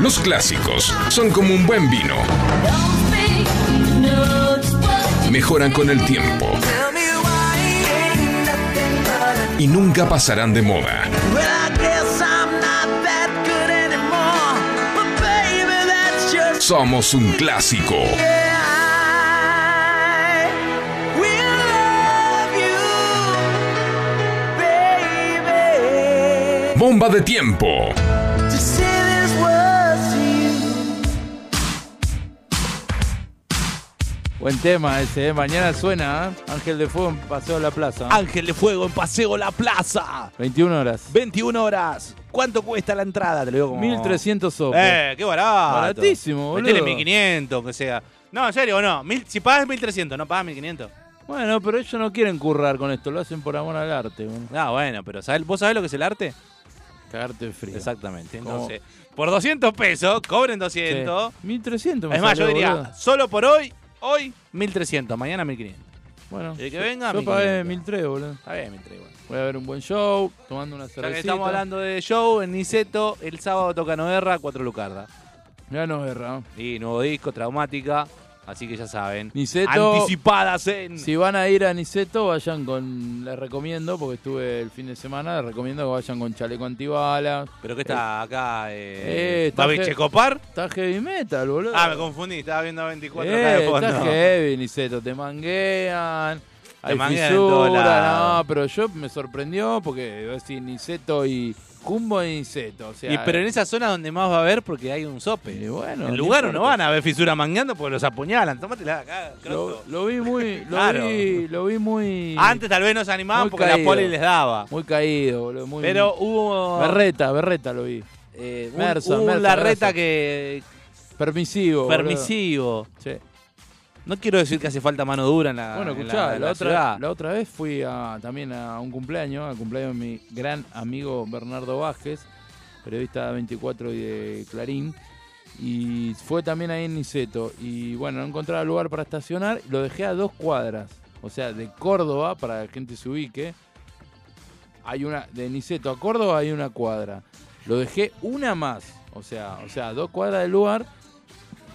Los clásicos son como un buen vino. Mejoran con el tiempo. Y nunca pasarán de moda. Somos un clásico. Bomba de tiempo.
Buen tema ese, ¿eh? mañana suena, ¿eh? Ángel de Fuego en Paseo de la Plaza.
Ángel de Fuego en Paseo La Plaza.
21 horas.
21 horas. ¿Cuánto cuesta la entrada? Te lo digo como...
1300 sopes.
Eh, qué barato.
Baratísimo, boludo.
Metele 1500, aunque sea. No, en serio, no. Mil- si pagas 1300, no pagas 1500.
Bueno, pero ellos no quieren currar con esto, lo hacen por amor al arte. bueno.
Ah, bueno, pero ¿sabés- ¿vos sabés lo que es el arte?
Cagarte de frío.
Exactamente.
¿Cómo?
Entonces, por 200 pesos, cobren
Sí.
200.
1300 me
Es más, yo
salió,
diría,
boludo.
solo por hoy, hoy 1300, mañana 1500.
Bueno,
el que
yo-
venga,
Yo
1500.
pagué 1300, boludo.
Está bien, 1300. bueno.
Voy a ver un buen show, tomando una
Ya que
cervecita.
estamos hablando de show en Niceto, el sábado toca Noguerra, 4 Lucarda.
Mirá, no erra.
Y nuevo disco, Traumática, así que ya saben.
Niceto.
Anticipadas en...
Si van a ir a Niceto, vayan con. Les recomiendo, porque estuve el fin de semana, les recomiendo que vayan con chaleco antibalas.
Pero que está acá, eh,
Eh, está
Babi
Ge-
Checopar.
Está heavy metal, boludo.
Ah, me confundí, estaba viendo 24 acá
Eh,
de fondo.
está heavy, Niceto. Te manguean. Hay
manguean en
fisuras,
todos lados.
no, pero yo me sorprendió porque vos decís Niceto y Jumbo y Niceto. O sea,
Y, pero en esa zona donde más va a haber porque hay un sope.
Y bueno,
en
no
lugar no
importa.
van a ver fisura mangueando porque los apuñalan. Tómatela acá,
lo,
croto.
lo vi muy. Lo,
Claro.
vi, lo vi muy.
Antes tal vez no se animaban
Muy
porque la
caído.
poli les daba.
Muy caído, boludo. Muy,
Pero hubo
Berreta, Berreta lo vi.
eh, un,
Merso,
hubo un
Merso,
Larreta
Merso.
que
Permisivo. boludo.
permisivo.
Sí.
No quiero decir que hace falta mano dura en la
Bueno,
en
escuchá, la,
en la
otra,
ciudad.
la otra vez fui a- también a un cumpleaños, al cumpleaños de mi gran amigo Bernardo Vázquez, periodista 24 y de Clarín, y fue también ahí en Niceto. Y bueno, no encontraba lugar para estacionar, lo dejé a dos cuadras, o sea, de Córdoba, para que la gente se ubique, hay una, de Niceto a Córdoba hay una cuadra. Lo dejé una más, o sea, o sea, dos cuadras del lugar,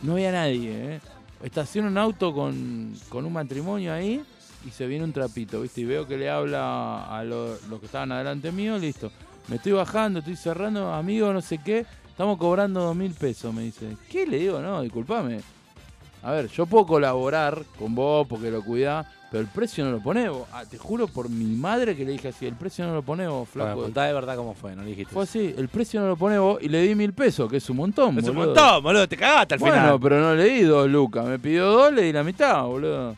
no había nadie, ¿eh? Estaciona un auto con, con un matrimonio ahí y se viene un trapito, ¿viste? Y veo que le habla a lo- los que estaban adelante mío, listo. Me estoy bajando, estoy cerrando, amigo, no sé qué. Estamos cobrando dos mil pesos, me dice. ¿Qué le digo? No, disculpame. A ver, yo puedo colaborar con vos porque lo cuidás, pero el precio no lo pone vos. Ah, te juro por mi madre que le dije así, el precio no lo pone vos,
Bueno,
flaco.
contá de verdad cómo fue, no le dijiste.
Fue así, el precio no lo pone vos y le di mil pesos, que es un montón,
es un
boludo.
montón, boludo, te cagaste al
Bueno,
final.
pero no le di dos lucas. Me pidió dos, le di la mitad, boludo.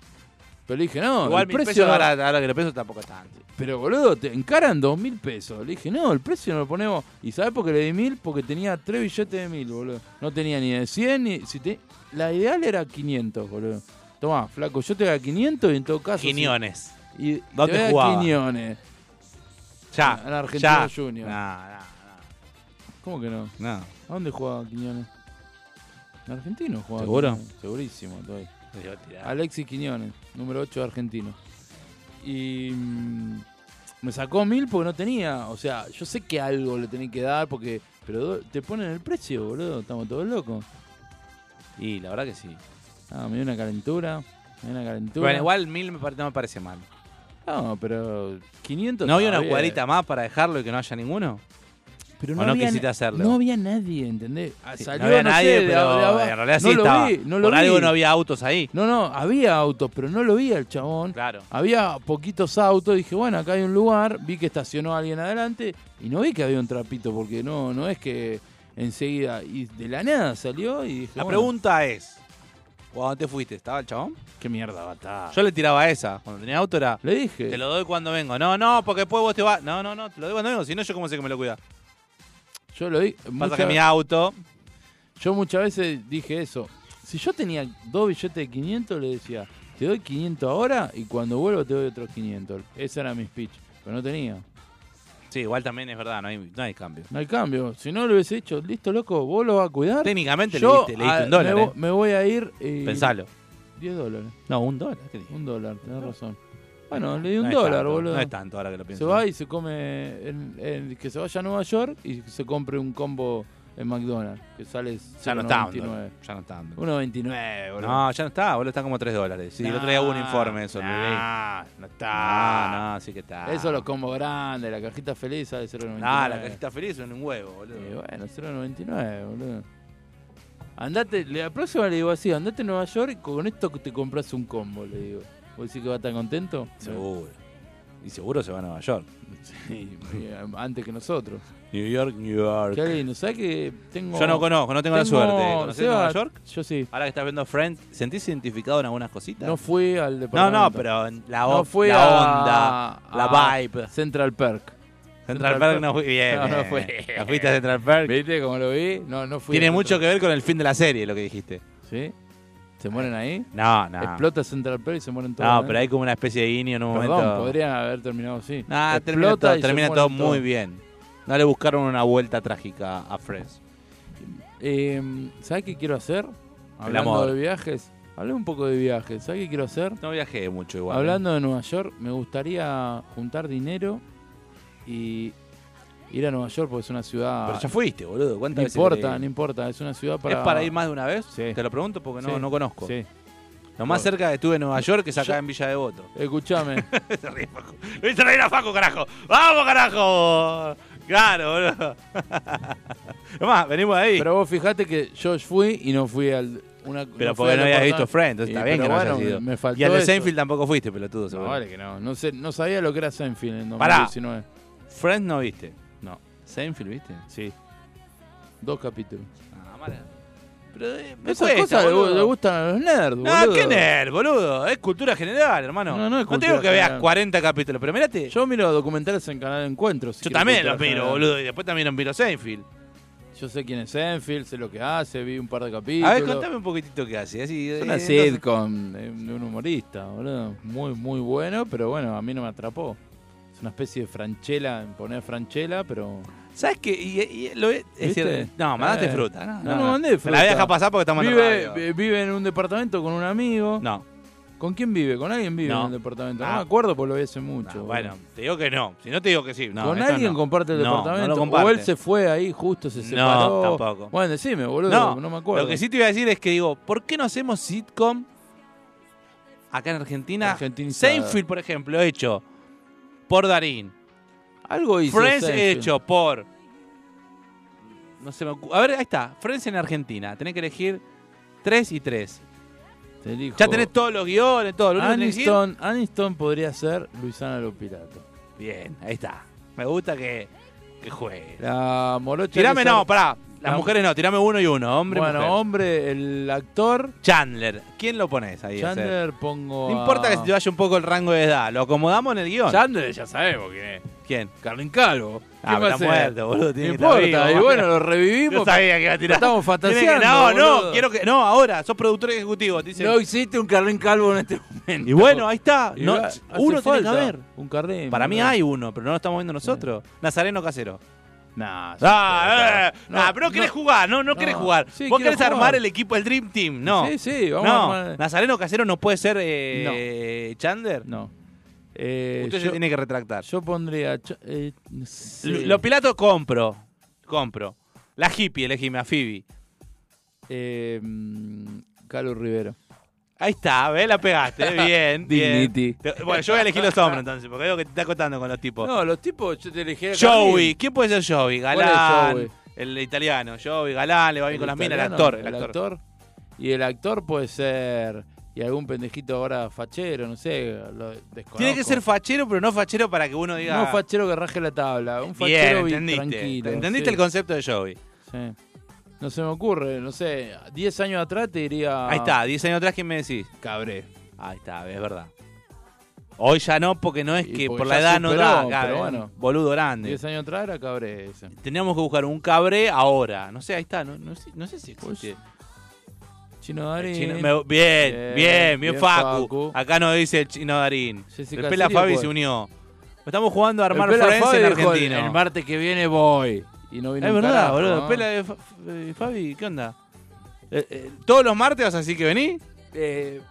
Pero le dije, no,
Igual
el
mil
precio.
pesos
no-
ahora, ahora que lo peso tampoco es tanto.
Pero boludo, te encaran dos mil pesos. Le dije, no, el precio no lo ponemos. ¿Y sabes por qué le di mil? Porque tenía tres billetes de mil, boludo. No tenía ni de 100 ni. Si te... La ideal era 500, boludo. Tomá, flaco, yo te voy a 500 y en todo caso.
Quiniones.
sí. Y te
¿Dónde
voy a
jugaba?
Quiñones.
Ya.
En Argentino
ya.
Junior.
No,
¿Cómo que no?
no, no.
¿A dónde jugaba Quiñones? En Argentino jugaba.
¿Seguro?
Quiñones. Segurísimo, todavía.
Te iba a tirar.
Alexis Quiñones, número 8 argentino. Y mm, me sacó mil porque no tenía. O sea, yo sé que algo le tenés que dar porque. Pero do- te ponen el precio, boludo. Estamos todos locos.
Y la verdad que sí.
Ah, me dio una calentura. Me dio una calentura.
Bueno, igual mil me pare- no me parece mal.
No, pero 500.
¿No había una
todavía.
cuadrita más para dejarlo y que no haya ninguno?
Pero
¿O
no,
no
había,
quisiste
na-
hacerlo?
No había nadie, ¿entendés? Ah,
Sí,
salió,
no había
no sé,
nadie,
de- de
pero
abajo.
en realidad sí
no
estaba.
Lo vi, no lo
Por algo
vi.
no había autos ahí.
No, no, había autos, pero no lo vi al chabón.
Claro.
Había poquitos autos, dije, bueno, acá hay un lugar, vi que estacionó alguien adelante y no vi que había un trapito, porque no, no es que enseguida, y de la nada salió y dije,
La
bueno,
pregunta es, ¿cuándo te fuiste? ¿Estaba el chabón?
qué mierda va a estar?
Yo le tiraba esa. Cuando tenía auto era,
le dije,
te lo doy cuando vengo. No, no, porque después vos te vas. No, no, no, te lo doy cuando vengo. Si no, yo cómo sé que me lo cuida.
yo lo dije,
Pasa que mi auto...
yo muchas veces dije eso, si yo tenía dos billetes de 500, le decía, te doy 500 ahora y cuando vuelvo te doy otros 500, ese era mi speech, pero no tenía.
Sí, igual también es verdad, no hay, no hay cambio.
No hay cambio. Si no lo hubiese dicho, listo, loco, vos lo vas a cuidar.
Técnicamente le
Yo,
diste, le diste
ah,
un dólar,
Me,
eh.
vo- me voy a ir. eh,
Pensalo.
10 dólares.
No, un dólar. ¿qué dije?
Un dólar, tenés razón. Bueno, le di un
No es
dólar,
tanto,
boludo.
No es tanto ahora que lo pienso.
se va y se come. en- en- que se vaya a Nueva York y se compre un combo en McDonald's, que sale
Ya no está.
1.99.
Ya no está. Andor.
1.29, boludo.
No, ya no está, boludo, está como 3 dólares. Sí, el otro día hubo un informe de eso, lo leí.
No, no está.
Ah, no, sí que está.
Eso los combos grandes, la cajita feliz sale 0.99.
Ah, la cajita feliz en un huevo, boludo.
Y bueno, 0.99, boludo. Andate, la próxima le digo así, andate a Nueva York y con esto te compras un combo, le digo. ¿Vos decís que va tan contento? *laughs*
Seguro. Y seguro se va a Nueva York.
Sí, antes que nosotros.
New York, New York.
Qué lindo, ¿sabes que tengo...
Yo no conozco, no tengo, la suerte. ¿Conocés
Seba,
Nueva York?
Yo sí.
Ahora que estás viendo Friends, ¿sentís identificado en algunas cositas?
No fui al
no,
departamento.
no, pero en la, o-
No fui
la
a-
onda, la
a
vibe.
Central Perk.
Central Park no fui bien.
No, no
eh.
fui.
La fuiste a Central Park.
¿Viste cómo lo vi? No, no fui.
Tiene
al
mucho
otro.
que ver con el fin de la serie, lo que dijiste.
¿Sí? ¿Se mueren ahí?
No, no.
Explota Central Perk y se mueren todos.
no,
¿eh?
pero hay como una especie de guiño en un
Perdón,
momento.
podrían haber terminado así.
Nah, termina
Explota
todo,
y se
termina
mueren
todo muy
todos.
bien. No le buscaron una vuelta trágica a Friends.
Eh, ¿Sabes qué quiero hacer? Hablando
amor.
de viajes. Hablé un poco de viajes. ¿Sabes qué quiero hacer?
No viajé mucho igual. ¿eh?
Hablando de Nueva York, me gustaría juntar dinero y ir a Nueva York porque es una
¿eh?
ciudad...
Pero ya fuiste, boludo.
no
¿Cuántas veces
importa,
querés?
no importa. Es una ciudad para...
¿Es para ir más de una vez?
Sí.
Te lo pregunto porque no,
Sí.
no conozco.
Sí.
Lo más cerca que estuve en Nueva York es acá
Yo-
en Villa Devoto. *laughs*
Escúchame.
Se ríe Facu. ¡Viste reír a Facu, carajo! ¡Vamos, carajo! Claro, boludo. *laughs* Es más, venimos de ahí.
Pero vos fijate que yo fui y no fui al. Una,
Pero
no fui
porque
al
no habías
departamento.
visto Friends, entonces
Y,
está bien
pero
que no
bueno,
hayas ido.
Me, me faltó
y al de
eso.
Seinfeld tampoco fuiste, pelotudo.
No,
seguro.
vale que no. No, sé, no sabía lo que era Seinfeld en
Pará.
2019.
Friends no viste. No. Seinfeld viste.
Sí. Dos capítulos.
Ah, mala. Pero eh, me
Esas
cuesta,
cosas le,
boludo. Ah,
le gustan a los nerds, boludo.
No, ¿qué nerd, boludo? Es cultura general, hermano.
No, no es
te
cultura
digo que veas
general.
40 capítulos, pero mirate. Yo,
Yo miro documentales en Canal Encuentro. si querés
también
gustar
los
a
miro,
nerds.
boludo. Y después también los miro Seinfeld.
Yo sé quién es Seinfeld, sé lo que hace, vi un par de capítulos.
A ver, contame un poquitito qué hace. Así,
Es
eh,
una
no-
sitcom de un de un humorista, boludo. Muy, muy bueno, pero bueno, a mí no me atrapó. Es una especie de franchela, poner franchela, pero.
¿Sabes qué? Y, y lo es es
¿Viste?
decir, no, mandaste
Eh.
fruta. No,
No, no mandé
Me
fruta.
la deja pasar porque estamos en
Vive,
radio.
vi- vive en un departamento con un amigo.
No,
¿Con quién vive? ¿Con alguien vive
No.
en el departamento?
Ah.
No me acuerdo porque lo vi hace mucho.
no,
boludo.
bueno, te digo que no. Si no, te digo que sí. No,
¿Con
esto
alguien
no.
comparte el
No,
departamento?
No, lo comparte.
¿O él se fue ahí justo, se
No,
separó?
tampoco.
Bueno, decime, boludo,
No,
no, me acuerdo.
Lo que sí te iba a decir es que digo, ¿por qué no hacemos sitcom acá en Argentina?
Argentinizada.
Seinfeld, por ejemplo, hecho por Darín.
Algo hizo
Friends
Seinfeld.
hecho por. No se me ocu- A ver, ahí está. Friends en Argentina. Tenés que elegir 3 y 3.
Te elijo.
Ya tenés todos los guiones, todo. Lo único que tenés que elegir-
Aniston, Aniston podría ser Luisana Lopilato.
Bien, ahí está. Me gusta que, que juegue.
La morocha.
Tirame,
Lizar-
no, pará. Las
La-
mujeres no, tirame uno y uno, hombre. y
Bueno,
mujer.
hombre, el actor.
Chandler. ¿Quién lo pones ahí? a hacer?
Chandler, pongo.
No importa que se te vaya un poco el rango de edad, lo acomodamos en el guión.
Chandler, ya sabemos quién es.
¿Quién?
Carlin Calvo.
Ah, pero
va a
está
ser?
muerto, boludo.
No
Tiene que estar
importa,
vivo, *laughs*
y bueno,
mamá.
lo
Yo
revivimos.
sabía que iba a tirar. *laughs*
estamos
Tiene que-
fantaseando,
No, no,
boludo.
quiero que. No, ahora, sos productor ejecutivo. te dicen-
No existe un Carlín Calvo en este momento.
y bueno, ahí está.
Y
No,
va-
uno
hace
tiene que
falta
haber.
Un Carlín.
Para mí
boludo.
hay uno, pero no lo estamos viendo nosotros. Nazareno Casero.
Nah, sí,
Ah, eh,
No,
nah, pero no querés jugar, no, no
No.
querés jugar.
Sí,
Vos
quiero
querés
jugar.
armar el equipo, el Dream Team, no.
Sí, sí, vamos
no,
a armar-
Nazareno Casero no puede ser eh, Chandler.
No. Eh,
Usted se
yo,
tiene que retractar.
yo pondría. Ch- eh, no sé.
L- Los Pilatos compro. Compro. La hippie elegime a Phoebe.
Eh, mm, Calo Rivero.
Ahí está, ¿ves? La pegaste.
*laughs*
¿eh? Bien. bien.
Dignity.
Te- Bueno, yo voy a elegir los hombres entonces, porque veo que te está acotando con los tipos.
No, los tipos, yo te elegí. a
Oh. Joey. ¿Quién puede ser Joey?
¿Cuál es
Galán.
Joey?
El italiano. Joey, Galán, le va bien
Carlín.
con las minas. El
italiano,
actor. El actor.
Y el actor puede ser. Y algún pendejito ahora fachero, no sé. Lo desconozco.
Tiene que ser fachero, pero no fachero para que uno diga.
No un fachero que raje la tabla. Un
Bien,
fachero bien,
entendiste.
tranquilo.
¿Entendiste
sí,
el concepto de Joey?
sí. No se me ocurre, no sé. 10 años atrás te diría.
Ahí está, 10 años atrás, ¿quién me decís?
Cabré.
Ahí está, es verdad. Hoy ya no, porque no es
Y
que
porque
por la
ya
edad no
superó,
da.
pero
cabrón.
bueno.
Boludo grande.
10 años atrás era Cabré ese.
Teníamos que buscar un cabré ahora. No sé, ahí está. No, no sé, no sé si existe.
Chino Darín.
El chino- me- bien, bien,
Bien,
bien,
bien,
Facu.
Facu.
Acá nos dice el chino Darín.
Jessica
El Pela
Sirio,
Fabi
¿cuál?
se unió. Estamos jugando a armar
El Pela
Friends
Fabi
en
dijo, "El-
Argentina.
El martes que viene voy. Y no vino
Es
un
verdad,
carajo,
boludo.
¿no?
Pela de Fa- eh, Fabi, ¿qué onda? Eh, eh, ¿Todos los martes vas así que vení?
Eh,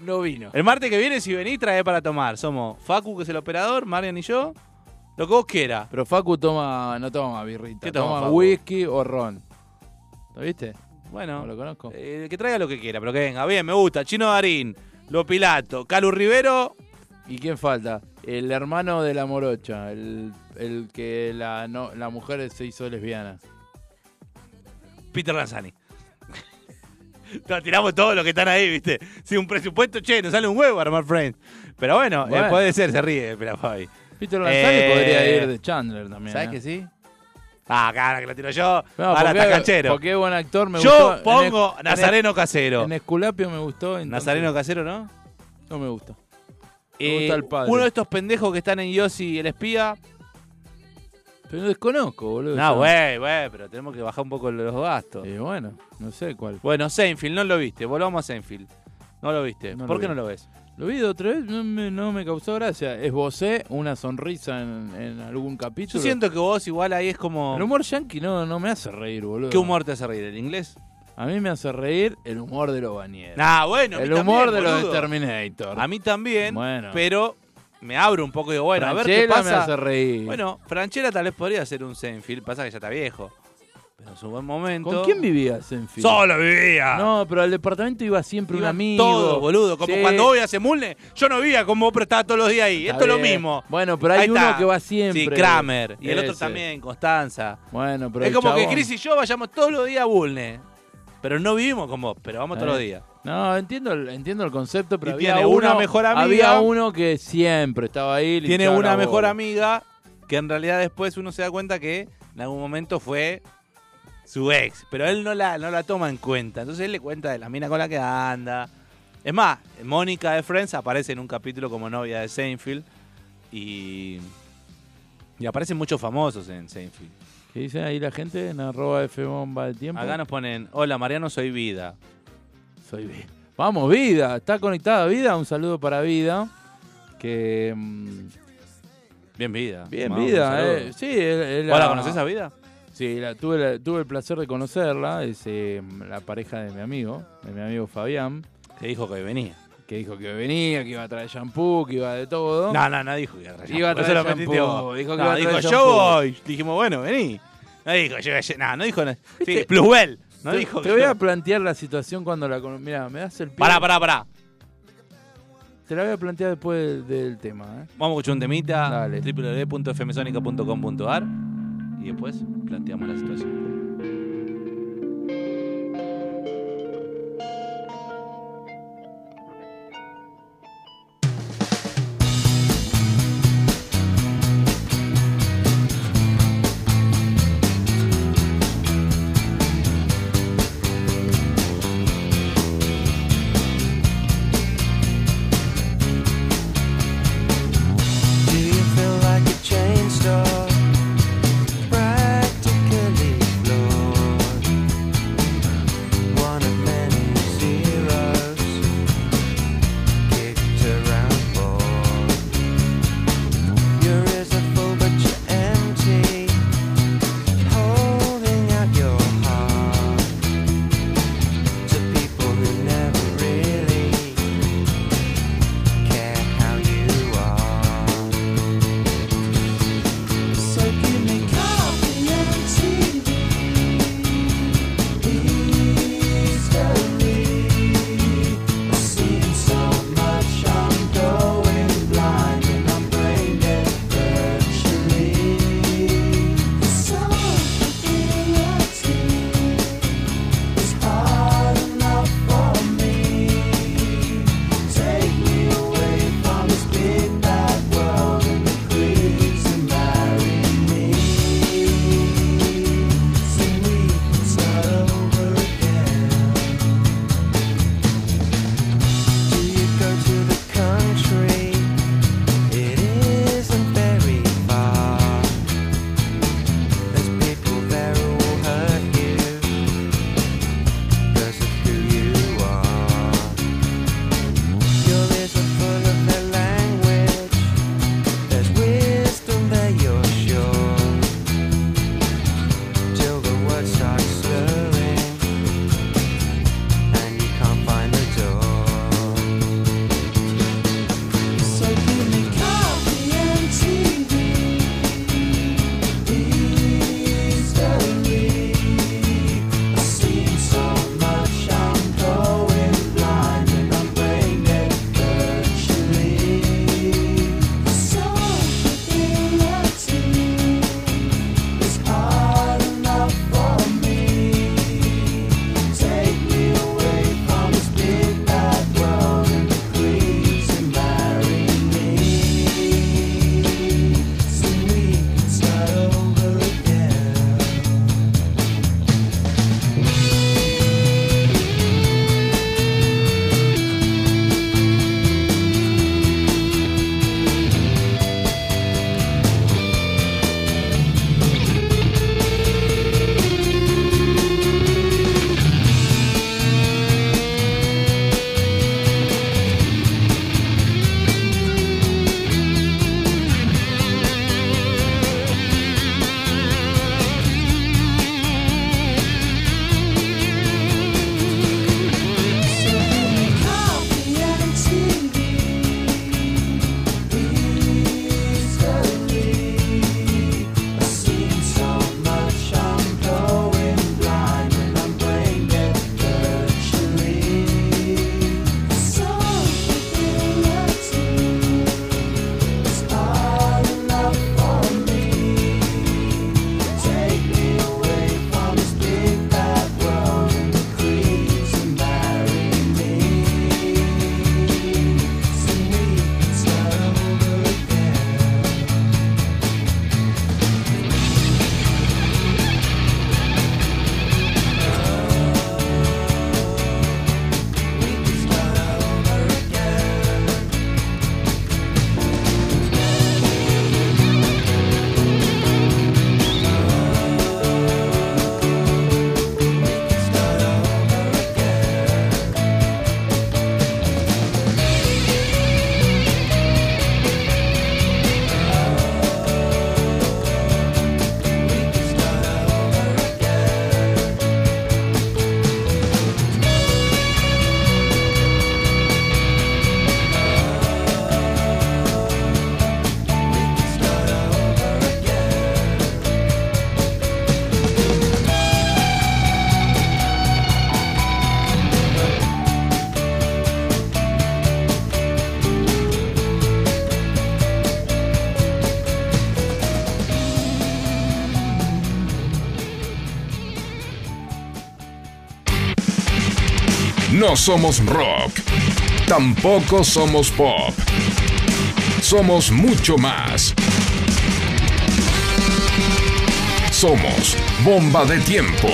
no vino.
El martes que viene, si venís, trae para tomar. Somos Facu, que es el operador, Marian y yo. Lo que vos quieras.
Pero Facu toma, no toma birrita,
¿Qué toma
toma,
Facu?
whisky o ron. ¿Lo viste? No,
Bueno,
lo conozco.
eh, que traiga lo que quiera, pero que venga. Bien, me gusta. Chino Darín, Lo Pilato, Calu Rivero.
¿Y quién falta? El hermano de la morocha, el, el que la, no- la mujer se hizo lesbiana.
Peter Lanzani. No, tiramos todos los que están ahí, ¿viste? Si un presupuesto, che, nos sale un huevo armar Friends. Pero bueno, eh,
Bueno.
puede ser, se ríe, pero Fabi.
Peter Lanzani
Eh,
podría ir de Chandler también.
¿sabes
¿eh?
que sí? Ah, cara, que la tiro yo.
No,
Ahora
porque-
está canchero.
Porque es buen actor me
yo
gustó. En
pongo
es- en es-
Nazareno Casero.
En Esculapio me gustó. entonces
Nazareno Casero, ¿no?
No me gusta.
Eh,
gusta el padre.
Uno de estos pendejos que están en Yossi, el espía.
Pero no desconozco, boludo.
No,
bueno.
güey, güey, pero tenemos que bajar un poco los gastos.
Y bueno, no sé cuál.
Bueno, Seinfeld, no lo viste. Volvamos a Seinfeld. No lo viste.
No
¿Por
lo
qué
vi.
no lo ves?
Lo vi de otra vez, no me, no me causó gracia. Esbocé una sonrisa en, en algún
Yo
capítulo.
siento que vos igual ahí es como...
El humor yankee no, no me hace reír, boludo.
¿Qué humor te hace reír? ¿El inglés?
A mí me hace reír el humor de los bañeros.
Nah, Ah, bueno. a mí
el humor
también,
de los
boludo.
de Terminator.
A mí también,
Bueno.
pero me abro un poco y digo, bueno, a ver qué
Franchella me
pasa.
hace reír.
Bueno, Franchella tal vez podría ser un Seinfeld, pasa que ya está viejo. Pero en su buen momento...
¿Con quién vivías en fin?
¡Solo vivía!
No, pero al departamento iba siempre un
Iban
amigo.
Todos, boludo. Como
Sí.
cuando voy a Semulne, yo no vivía como vos, pero estaba todos los días ahí.
Está
Esto es lo
bien.
mismo.
Bueno, pero hay
Ahí
uno
está.
que va siempre.
Sí, Kramer. Y el otro
Ese.
también, Constanza.
Bueno, pero
es
el
como que
chabón-
Chris y yo vayamos todos los días a Bulne. Pero no vivimos con vos, pero vamos
Está
todos los
bien.
días.
No, entiendo, el- entiendo el concepto, pero
Y
había
tiene
uno,
una mejor amiga.
Había uno que siempre estaba ahí.
Tiene
hinchaba
una
la
mejor
bola.
amiga que en realidad después uno se da cuenta que en algún momento fue su ex. Pero él no la, no la toma en cuenta. Entonces él le cuenta de la mina con la que anda. Es más, Mónica de Friends aparece en un capítulo como novia de Seinfeld. Y, y aparecen muchos famosos en Seinfeld.
¿Qué dice ahí la gente? En arroba Fbomba del tiempo.
Acá nos ponen, hola Mariano, soy vida.
Soy vida. Vamos, vida. Está conectada vida. Un saludo para vida. Que. mm,
Bien vida.
Bien,
Mamá, un
vida,
saludo.
eh. Sí, él- él
¿Vos la
la-
conocés a vida?
Sí, la- tuve, la- tuve el placer de conocerla. Es eh, la pareja de mi amigo, de mi amigo Fabián,
Que dijo que venía.
que dijo que venía, que iba a traer shampoo, que iba de todo.
No, no, no dijo que iba a traer
Iba a
shampoo,
traer
eso lo metiste
shampoo,
vos.
dijo que
No,
iba a traer
dijo, yo
shampoo".
voy. Dijimos, bueno, vení. No dijo, yo voy a- No, no dijo nada. Sí, Plusbel. No
te,
dijo
te
que-
voy a plantear la situación cuando la cono- Mira, me das el pie.
Pará, pará, pará.
Te la voy a plantear después del, del tema, ¿eh?
Vamos a escuchar un temita.
Dale.
www.fmsonica.com.ar Y después planteamos la situación.
Do you feel like a chain store? Practically
No somos rock. Tampoco somos pop. Somos mucho más. Somos bomba de tiempo.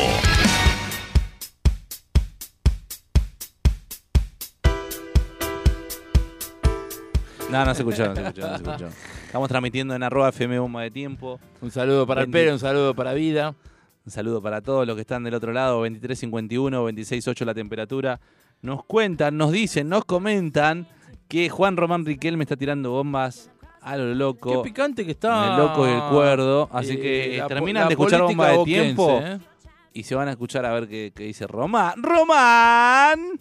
No, no se escuchó, no se escuchó, no se escuchó. Estamos transmitiendo en arroba FM Bomba de Tiempo.
Un saludo para el
Bendito.
Pere, un saludo para Vida.
Un saludo para todos los que están del otro lado, 23.51, 26.8 la temperatura. Nos cuentan, nos dicen, nos comentan que Juan Román Riquel me está tirando bombas a lo
Qué
loco.
picante que está. eh,
en el loco y el cuerdo, así que
la po-
terminan
la
de escuchar
política
Bomba de
boquense,
Tiempo.
¿eh?
Y se van a escuchar a ver qué, qué dice Román. ¡Román!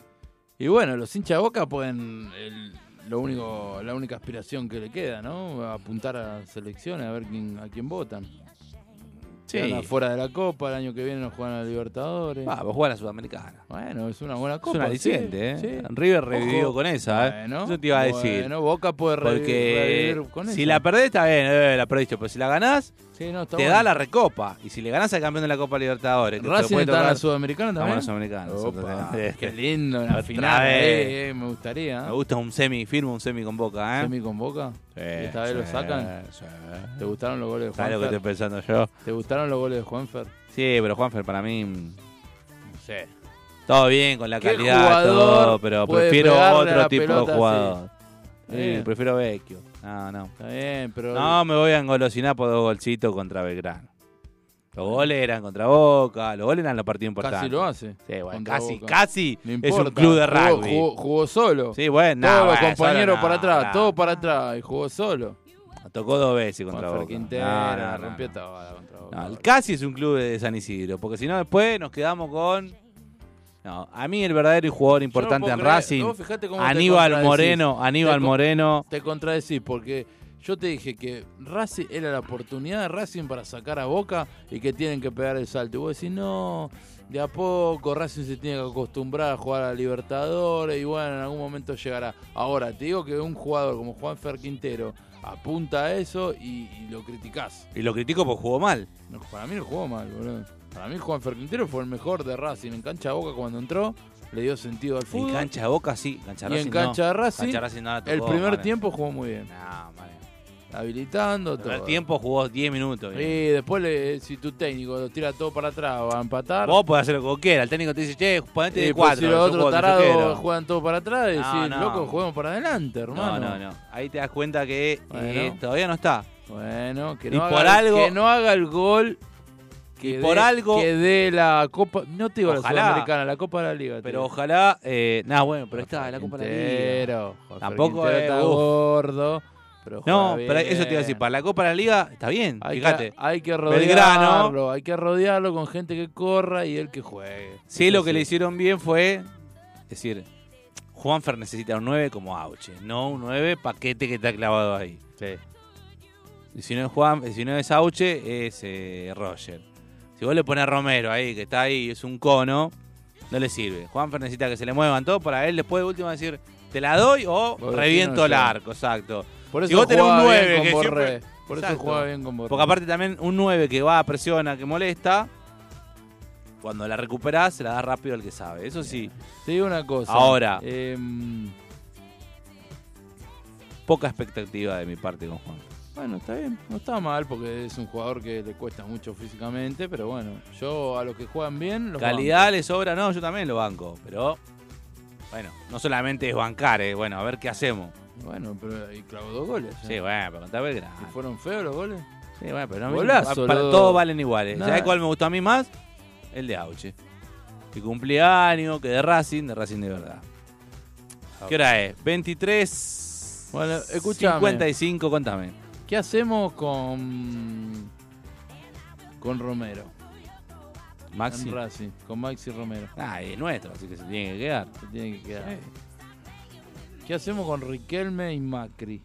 Y bueno, los hinchas de boca pueden. el- lo único, la única aspiración que le queda, ¿no? Apuntar a selecciones, a ver quién, a quién votan. Quedan afuera de la Copa, el año que viene nos juegan a Libertadores.
Va, vos jugás a la Sudamericana.
Bueno, es una buena
Ah. Es
copa.
un aliciente, ¿eh? River revivió con esa, ¿eh?
Bueno,
Yo te iba a decir.
Bueno, Boca puede revi-
porque
revivir con
si
esa.
la perdés, está bien, eh, la perdiste. Pero si la ganás,
Sí, no, está
te
bueno.
da la recopa. Y si le ganás al campeón de la Copa Libertadores, que te
Racing
puede
está en la
tocar-
Sudamericana
Vamos a
también.
la Sudamericana,
Opa,
exactamente. *laughs*
qué lindo, una
Otra
final.
vez.
eh, eh, me gustaría.
Me gusta un semi, firmo un semi con boca, ¿eh?
Semi con Boca.
Sí,
Esta vez
sí,
lo sacan.
sí.
¿Te gustaron los goles de
¿Sabes lo que estoy
Juanfer?
pensando yo?
¿Te gustaron los goles de Juanfer?
Sí, pero Juanfer, para mí. mm, No sé. Todo bien con la
¿Qué
calidad,
jugador
todo, pero
puede
prefiero
pegarle a
otro
la
tipo
pelota
de
así?
jugador. Sí,
Eh.
prefiero Vecchio. No, no.
Está bien, pero.
No, me voy a engolosinar por dos golcitos contra Belgrano. Los goles eran contra Boca, los goles eran los partidos importantes.
casi lo hace.
Sí, bueno,
Contra
casi,
Boca.
casi
No
es un
importa,
club de
jugó-
rugby.
Jugó, jugó solo.
Sí, bueno,
Todos
no,
los
bueno,
compañeros
solo
para
no,
atrás,
no.
todo para atrás. Y jugó solo.
Tocó dos veces contra
Juanfer
Boca.
Quintero,
No, no,
la
no,
rompió
no.
toda contra Boca.
No, el casi es un club de San Isidro, porque si no después nos quedamos con... No, a mí el verdadero jugador
Yo no
importante
puedo
en
creer,
Racing,
vos fijate cómo te
Aníbal
contradecís.
Moreno, Aníbal
Te co-
Moreno,
Te contradecís porque yo te dije que Racing era la oportunidad de Racing para sacar a Boca y que tienen que pegar el salto. Y vos decís, no, de a poco Racing se tiene que acostumbrar a jugar a Libertadores y bueno, en algún momento llegará. Ahora, te digo que un jugador como Juan Fer Quintero apunta a eso y, y lo criticás.
y lo critico porque jugó mal.
No, para mí no jugó mal, boludo. Para mí Juan Fer Quintero fue el mejor de Racing. En cancha de Boca cuando entró, le dio sentido al fútbol.
En cancha de Boca sí, cancha de
y
Racing
en cancha
no.
de Racing,
Cancha de Racing no la
el
tocó,
primer
Mane.
tiempo jugó muy bien.
No, Mane.
habilitando
El primer
todo.
tiempo jugó 10 minutos. bien.
Y después, le- si tu técnico lo tira todo para atrás, va a empatar.
Vos podés hacer lo que quieras. El técnico te dice, che, ponete
y
de
después
4.
Eh, pues si los otros tarados juegan todo para atrás, y
No,
decís,
no.
loco, juguemos para adelante, hermano.
No, no, no. Ahí te das cuenta que eh,
Bueno.
todavía no está.
Bueno, que
Y
no, haga,
por algo-
que no haga el gol. Que
Y
dé-
por algo-
Que dé la Copa. No te digo
Ojalá.
la Sudamericana, la Copa de la Liga. te
Pero
digo.
ojalá. Eh, nah, bueno, pero está
Jorge
la Copa de la Liga.
Quintero, Jorge
Tampoco
Quintero
es-
está
uf.
gordo. Pero
No,
juega bien.
pero eso te iba a decir. Para la Copa de la Liga está bien.
Hay
fíjate.
que, hay que rodearlo,
Belgrano.
hay que rodearlo con gente que corra y él que juegue.
Sí, lo que
Entonces,
le hicieron bien fue. Es decir, Juanfer necesita un 9 como Auche. No un 9 paquete que está clavado ahí. Y si no es, Juan, si no es Auche, es eh, Roger. Si vos le pones Romero ahí, que está ahí, es un cono, no le sirve. Juan necesita que se le muevan todo para él después de último decir, te la doy o
Porque si
reviento
no,
el
ya.
arco, exacto.
Por eso
Si vos tenés un
jugaba bien
9
con
que
Borré.
siempre-
Por eso
Exacto.
jugaba bien con Borré.
Porque aparte también un 9 que va, presiona, que molesta, cuando la recuperás se la das rápido al que sabe. Eso sí,
Te digo una cosa.
Ahora.
Em,
poca expectativa de mi parte con Juan.
bueno, está bien. No está mal porque es un jugador que le cuesta mucho físicamente, pero bueno, yo a los que juegan bien... Los
Calidad le sobra, no, yo también lo banco, pero bueno, no solamente es bancar, eh, bueno, a ver qué hacemos.
banco. Bueno, pero y clavó dos goles.
Sí,
¿eh?
bueno, pero contra Belgrano.
¿Y fueron feos los goles?
Sí, bueno, pero no
Golazo,
para
loco.
todos valen iguales.
Nah.
¿Sabés cuál me gustó a mí más? El de Auche. Que cumplía años, que de Racing, de Racing de verdad. ¿Qué hora es? 23.
Bueno, escuchame.
55, contame.
¿Qué hacemos con... Con Romero?
Maxi.
En Racing, con Maxi Romero.
Ah, es nuestro, así que se tiene que quedar.
Se tiene que quedar. ¿Qué hacemos con Riquelme y Macri?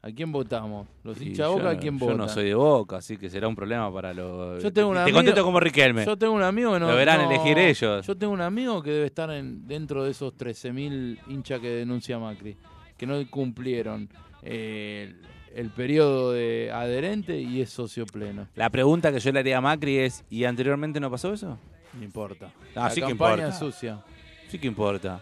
¿A quién votamos? ¿Los
Y
hinchas
yo
boca a
no-
quién
Yo
votan?
no soy de boca, así que será un problema para los.
Yo tengo un
Te
amigo-
contesto como Riquelme.
Yo tengo un amigo que no.
Deberán
no-
elegir ellos.
Yo tengo un amigo que debe estar en, dentro de esos 13.000 hinchas que denuncia Macri, que no cumplieron eh, el, el periodo de adherente y es socio pleno.
La pregunta que yo le haría a Macri es: ¿y anteriormente no pasó eso?
No importa.
Ah,
La
sí que
campaña
importa.
sucia.
Sí que importa.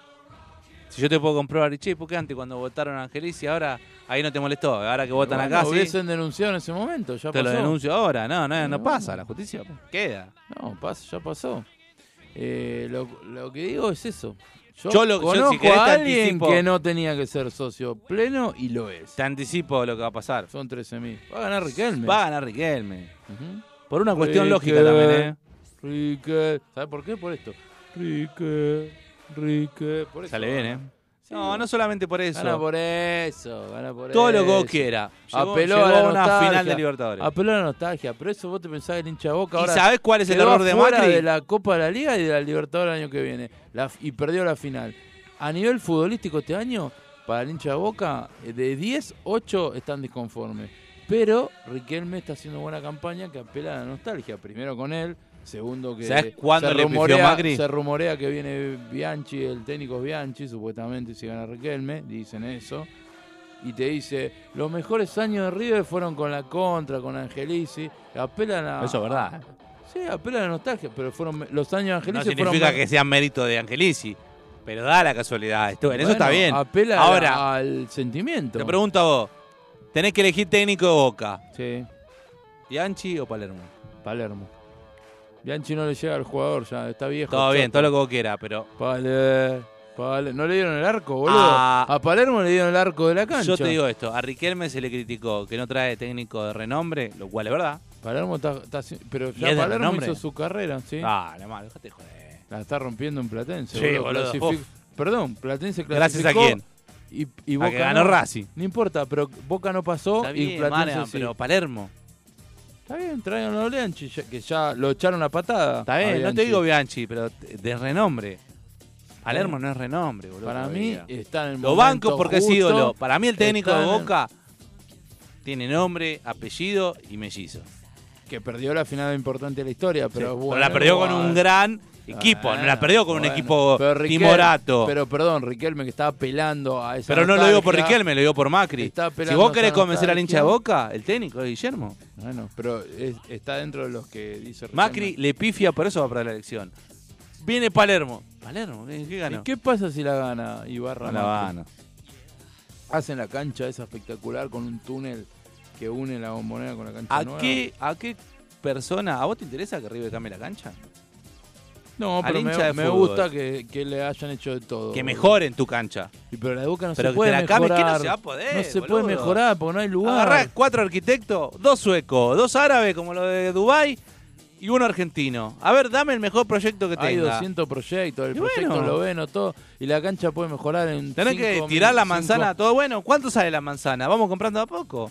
Si yo te puedo comprobar, che, ¿por qué antes cuando votaron a Angelici ahora ahí no te molestó? Ahora que votan
Bueno,
acá, sí,
hubiesen denunciado en ese momento, ya
te lo
pasó.
denuncio ahora. No, no, no
No.
pasa, la justicia pues. queda.
No, pas- ya pasó. Eh, lo, lo que digo es eso. Yo,
Yo lo- yo, si
conozco
querés, te
a alguien
anticipo-
que no tenía que ser socio pleno y lo es.
Te anticipo lo que va a pasar.
Son 13.000. Va a ganar Riquelme.
Va a ganar Riquelme.
Ujú.
Por una cuestión
Riquelme,
lógica también, ¿eh?
Riquelme. ¿Sabes por qué? Por esto. Riquelme. Riquelme. Por eso.
Sale bien, ¿eh?
Sí,
No, no solamente por eso.
Gana por eso. Gana por
Todo
eso.
lo que vos quieras. Llegó,
Apeló
llegó
a la
una
nostalgia.
final de Libertadores.
Apeló a la nostalgia. Pero eso vos te pensás que el hincha de boca ahora.
¿Y sabés cuál es el
quedó
error de
afuera
Macri?
de la Copa de la Liga y de la Libertadores el año que viene. La- y perdió la final. A nivel futbolístico este año, para el hincha de Boca, eh, de 10, 8 están disconformes. Pero Riquelme está haciendo buena campaña que apela a la nostalgia. Primero con él, segundo que
¿Sabés cuándo
se
le pifió
rumorea,
Macri?
se rumorea que viene Bianchi, el técnico es Bianchi, supuestamente si gana Riquelme, dicen eso. Y te dice, los mejores años de River fueron con la contra, con Angelici. Apelan a...
Eso es verdad.
Sí, apela a la nostalgia, pero fueron me- los años de Angelici
No
fueron
significa
me-
que sea mérito de Angelici. Pero da la casualidad. Esto, en eso está
Bueno,
bien.
Apela
Ahora,
a- al sentimiento.
te pregunto a vos. Tenés que elegir técnico de Boca.
Sí,
¿Bianchi o Palermo?
Palermo. Bianchi no le llega al jugador ya, está viejo.
Todo bien,
choto.
todo lo que vos quieras, pero
Palermo. Palermo. ¿No le dieron el arco, boludo?
Ah.
A Palermo le dieron el arco de la cancha.
yo te digo esto. A Riquelme se le criticó que no trae técnico de renombre, lo cual es verdad.
Palermo está... está haci- pero
¿Y es
ya
de
Palermo
renombre?
hizo su carrera, ¿sí?
Dale, malo, déjate joder.
La está rompiendo en Platense.
Sí, boludo,
Clasific-
uf.
Perdón, Platense clasificó.
Gracias a quién.
Y, y
A
Boca
que ganó
no.
Racing.
No importa, pero Boca no pasó
Está
y
bien,
Platense
Marian,
sí.
pero Palermo.
Está bien, traigan a Bianchi, ya- que ya lo echaron a patada.
Está
a
bien, no
Ah, Bianchi.
te digo Bianchi, pero t- de renombre. Palermo no es renombre, boludo.
Eh, Para mí
todavía.
está en el
Lo
momento
banco porque
justo.
es ídolo. Para mí el técnico
Está
de
en el-
Boca tiene nombre, apellido y mellizo.
Que perdió la final importante de la historia, pero
Pero
bueno,
la perdió con
igual.
un gran equipo, no la
Bueno,
perdió con un
bueno.
equipo
Pero Riquel-
timorato. Pero,
Pero perdón, Riquelme que estaba apelando a esa
no lo digo por
nostalgia.
Riquelme, lo digo por Macri.
Está
Si
apelando
vos
a
querés
esa
convencer al hincha de
nostalgia.
Boca, el técnico es Guillermo.
Bueno, pero es- está dentro de los que dice Riquelme.
Macri le pifia, por eso va para la elección. Viene Palermo. Palermo, ¿qué qué
¿Y
ganó?
qué pasa si la gana
No
Ibarra?
la
Macri?
gana.
Hacen la cancha esa espectacular con un túnel que une la bombonera con la cancha
¿A
nueva.
qué, ¿A qué persona? ¿A vos te interesa que River cambie la cancha?
No,
Al
pero
hincha de
me, me
fútbol.
gusta que, que le hayan hecho de todo.
Que
boludo.
mejoren tu cancha.
Y pero la de Boca no
Pero
se
que
puede
te la cambies,
mejorar.
¿qué no se va a poder,
No se
boludo?
puede mejorar porque no hay lugar.
Agarrás cuatro arquitectos, dos suecos, dos árabes como lo de Dubai y uno argentino. A ver, dame el mejor proyecto que
hay
tenga.
200 proyectos, el
Y
proyecto
bueno.
lo ven o todo. Y la cancha puede mejorar en
Tenés
cinco
que
mil-
tirar la
cinco-
manzana a todo bueno. ¿Cuánto sale la manzana? Vamos comprando a poco.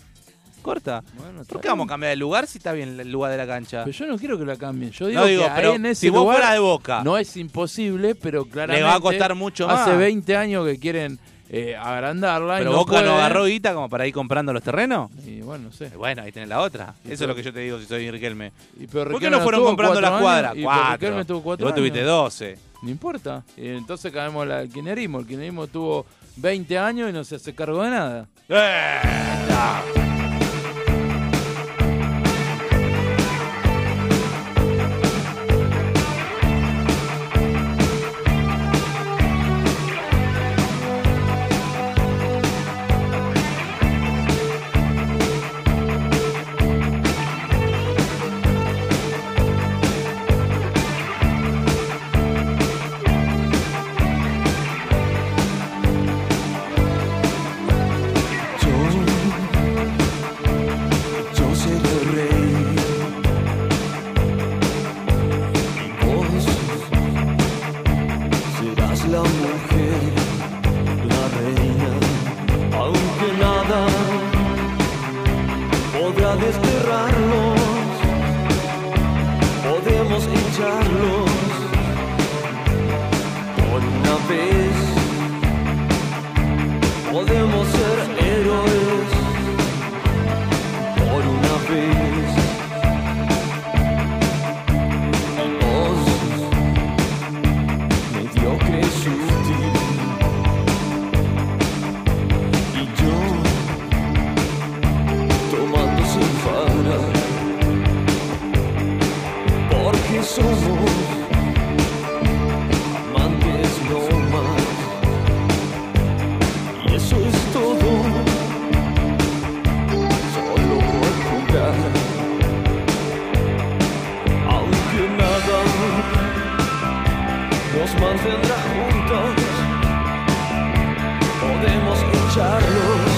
Corta.
Bueno, está
¿Por qué vamos a
bien.
cambiar de lugar si está bien el lugar de la cancha?
Pero yo no quiero que la cambien. Yo digo,
No digo,
que ahí
pero
en ese
si vos
lugar
fueras de Boca.
No es imposible, pero claramente.
va a costar mucho más.
Hace 20 años que quieren eh, agrandarla. y
Pero
no
Boca no
pueden.
agarró guita como para ir comprando los terrenos.
Y bueno, no sé.
Y Bueno, ahí tenés la otra.
Y
Eso es
pero-
lo que yo te digo si soy Riquelme.
Y
¿Por
pero
qué
Riquelme
no
la
fueron
tuvo
comprando
cuatro
las cuadras?
años, y pero
Cuatro.
Riquelme tuvo cuatro
Y vos tuviste
años.
doce.
No importa. Y entonces caemos la- al kirchnerismo. El kirchnerismo tuvo 20 años y no se hace cargo de nada. ¡Eh!
Yo, yo seré rey. Y vos serás la mujer, la reina. Aunque nada podrá desterrarlos, podemos echarlos por una vez. Podemos ser héroes por una vez. Vos, mediocres, útil,
nos mantendrá juntos. Podemos lucharlo.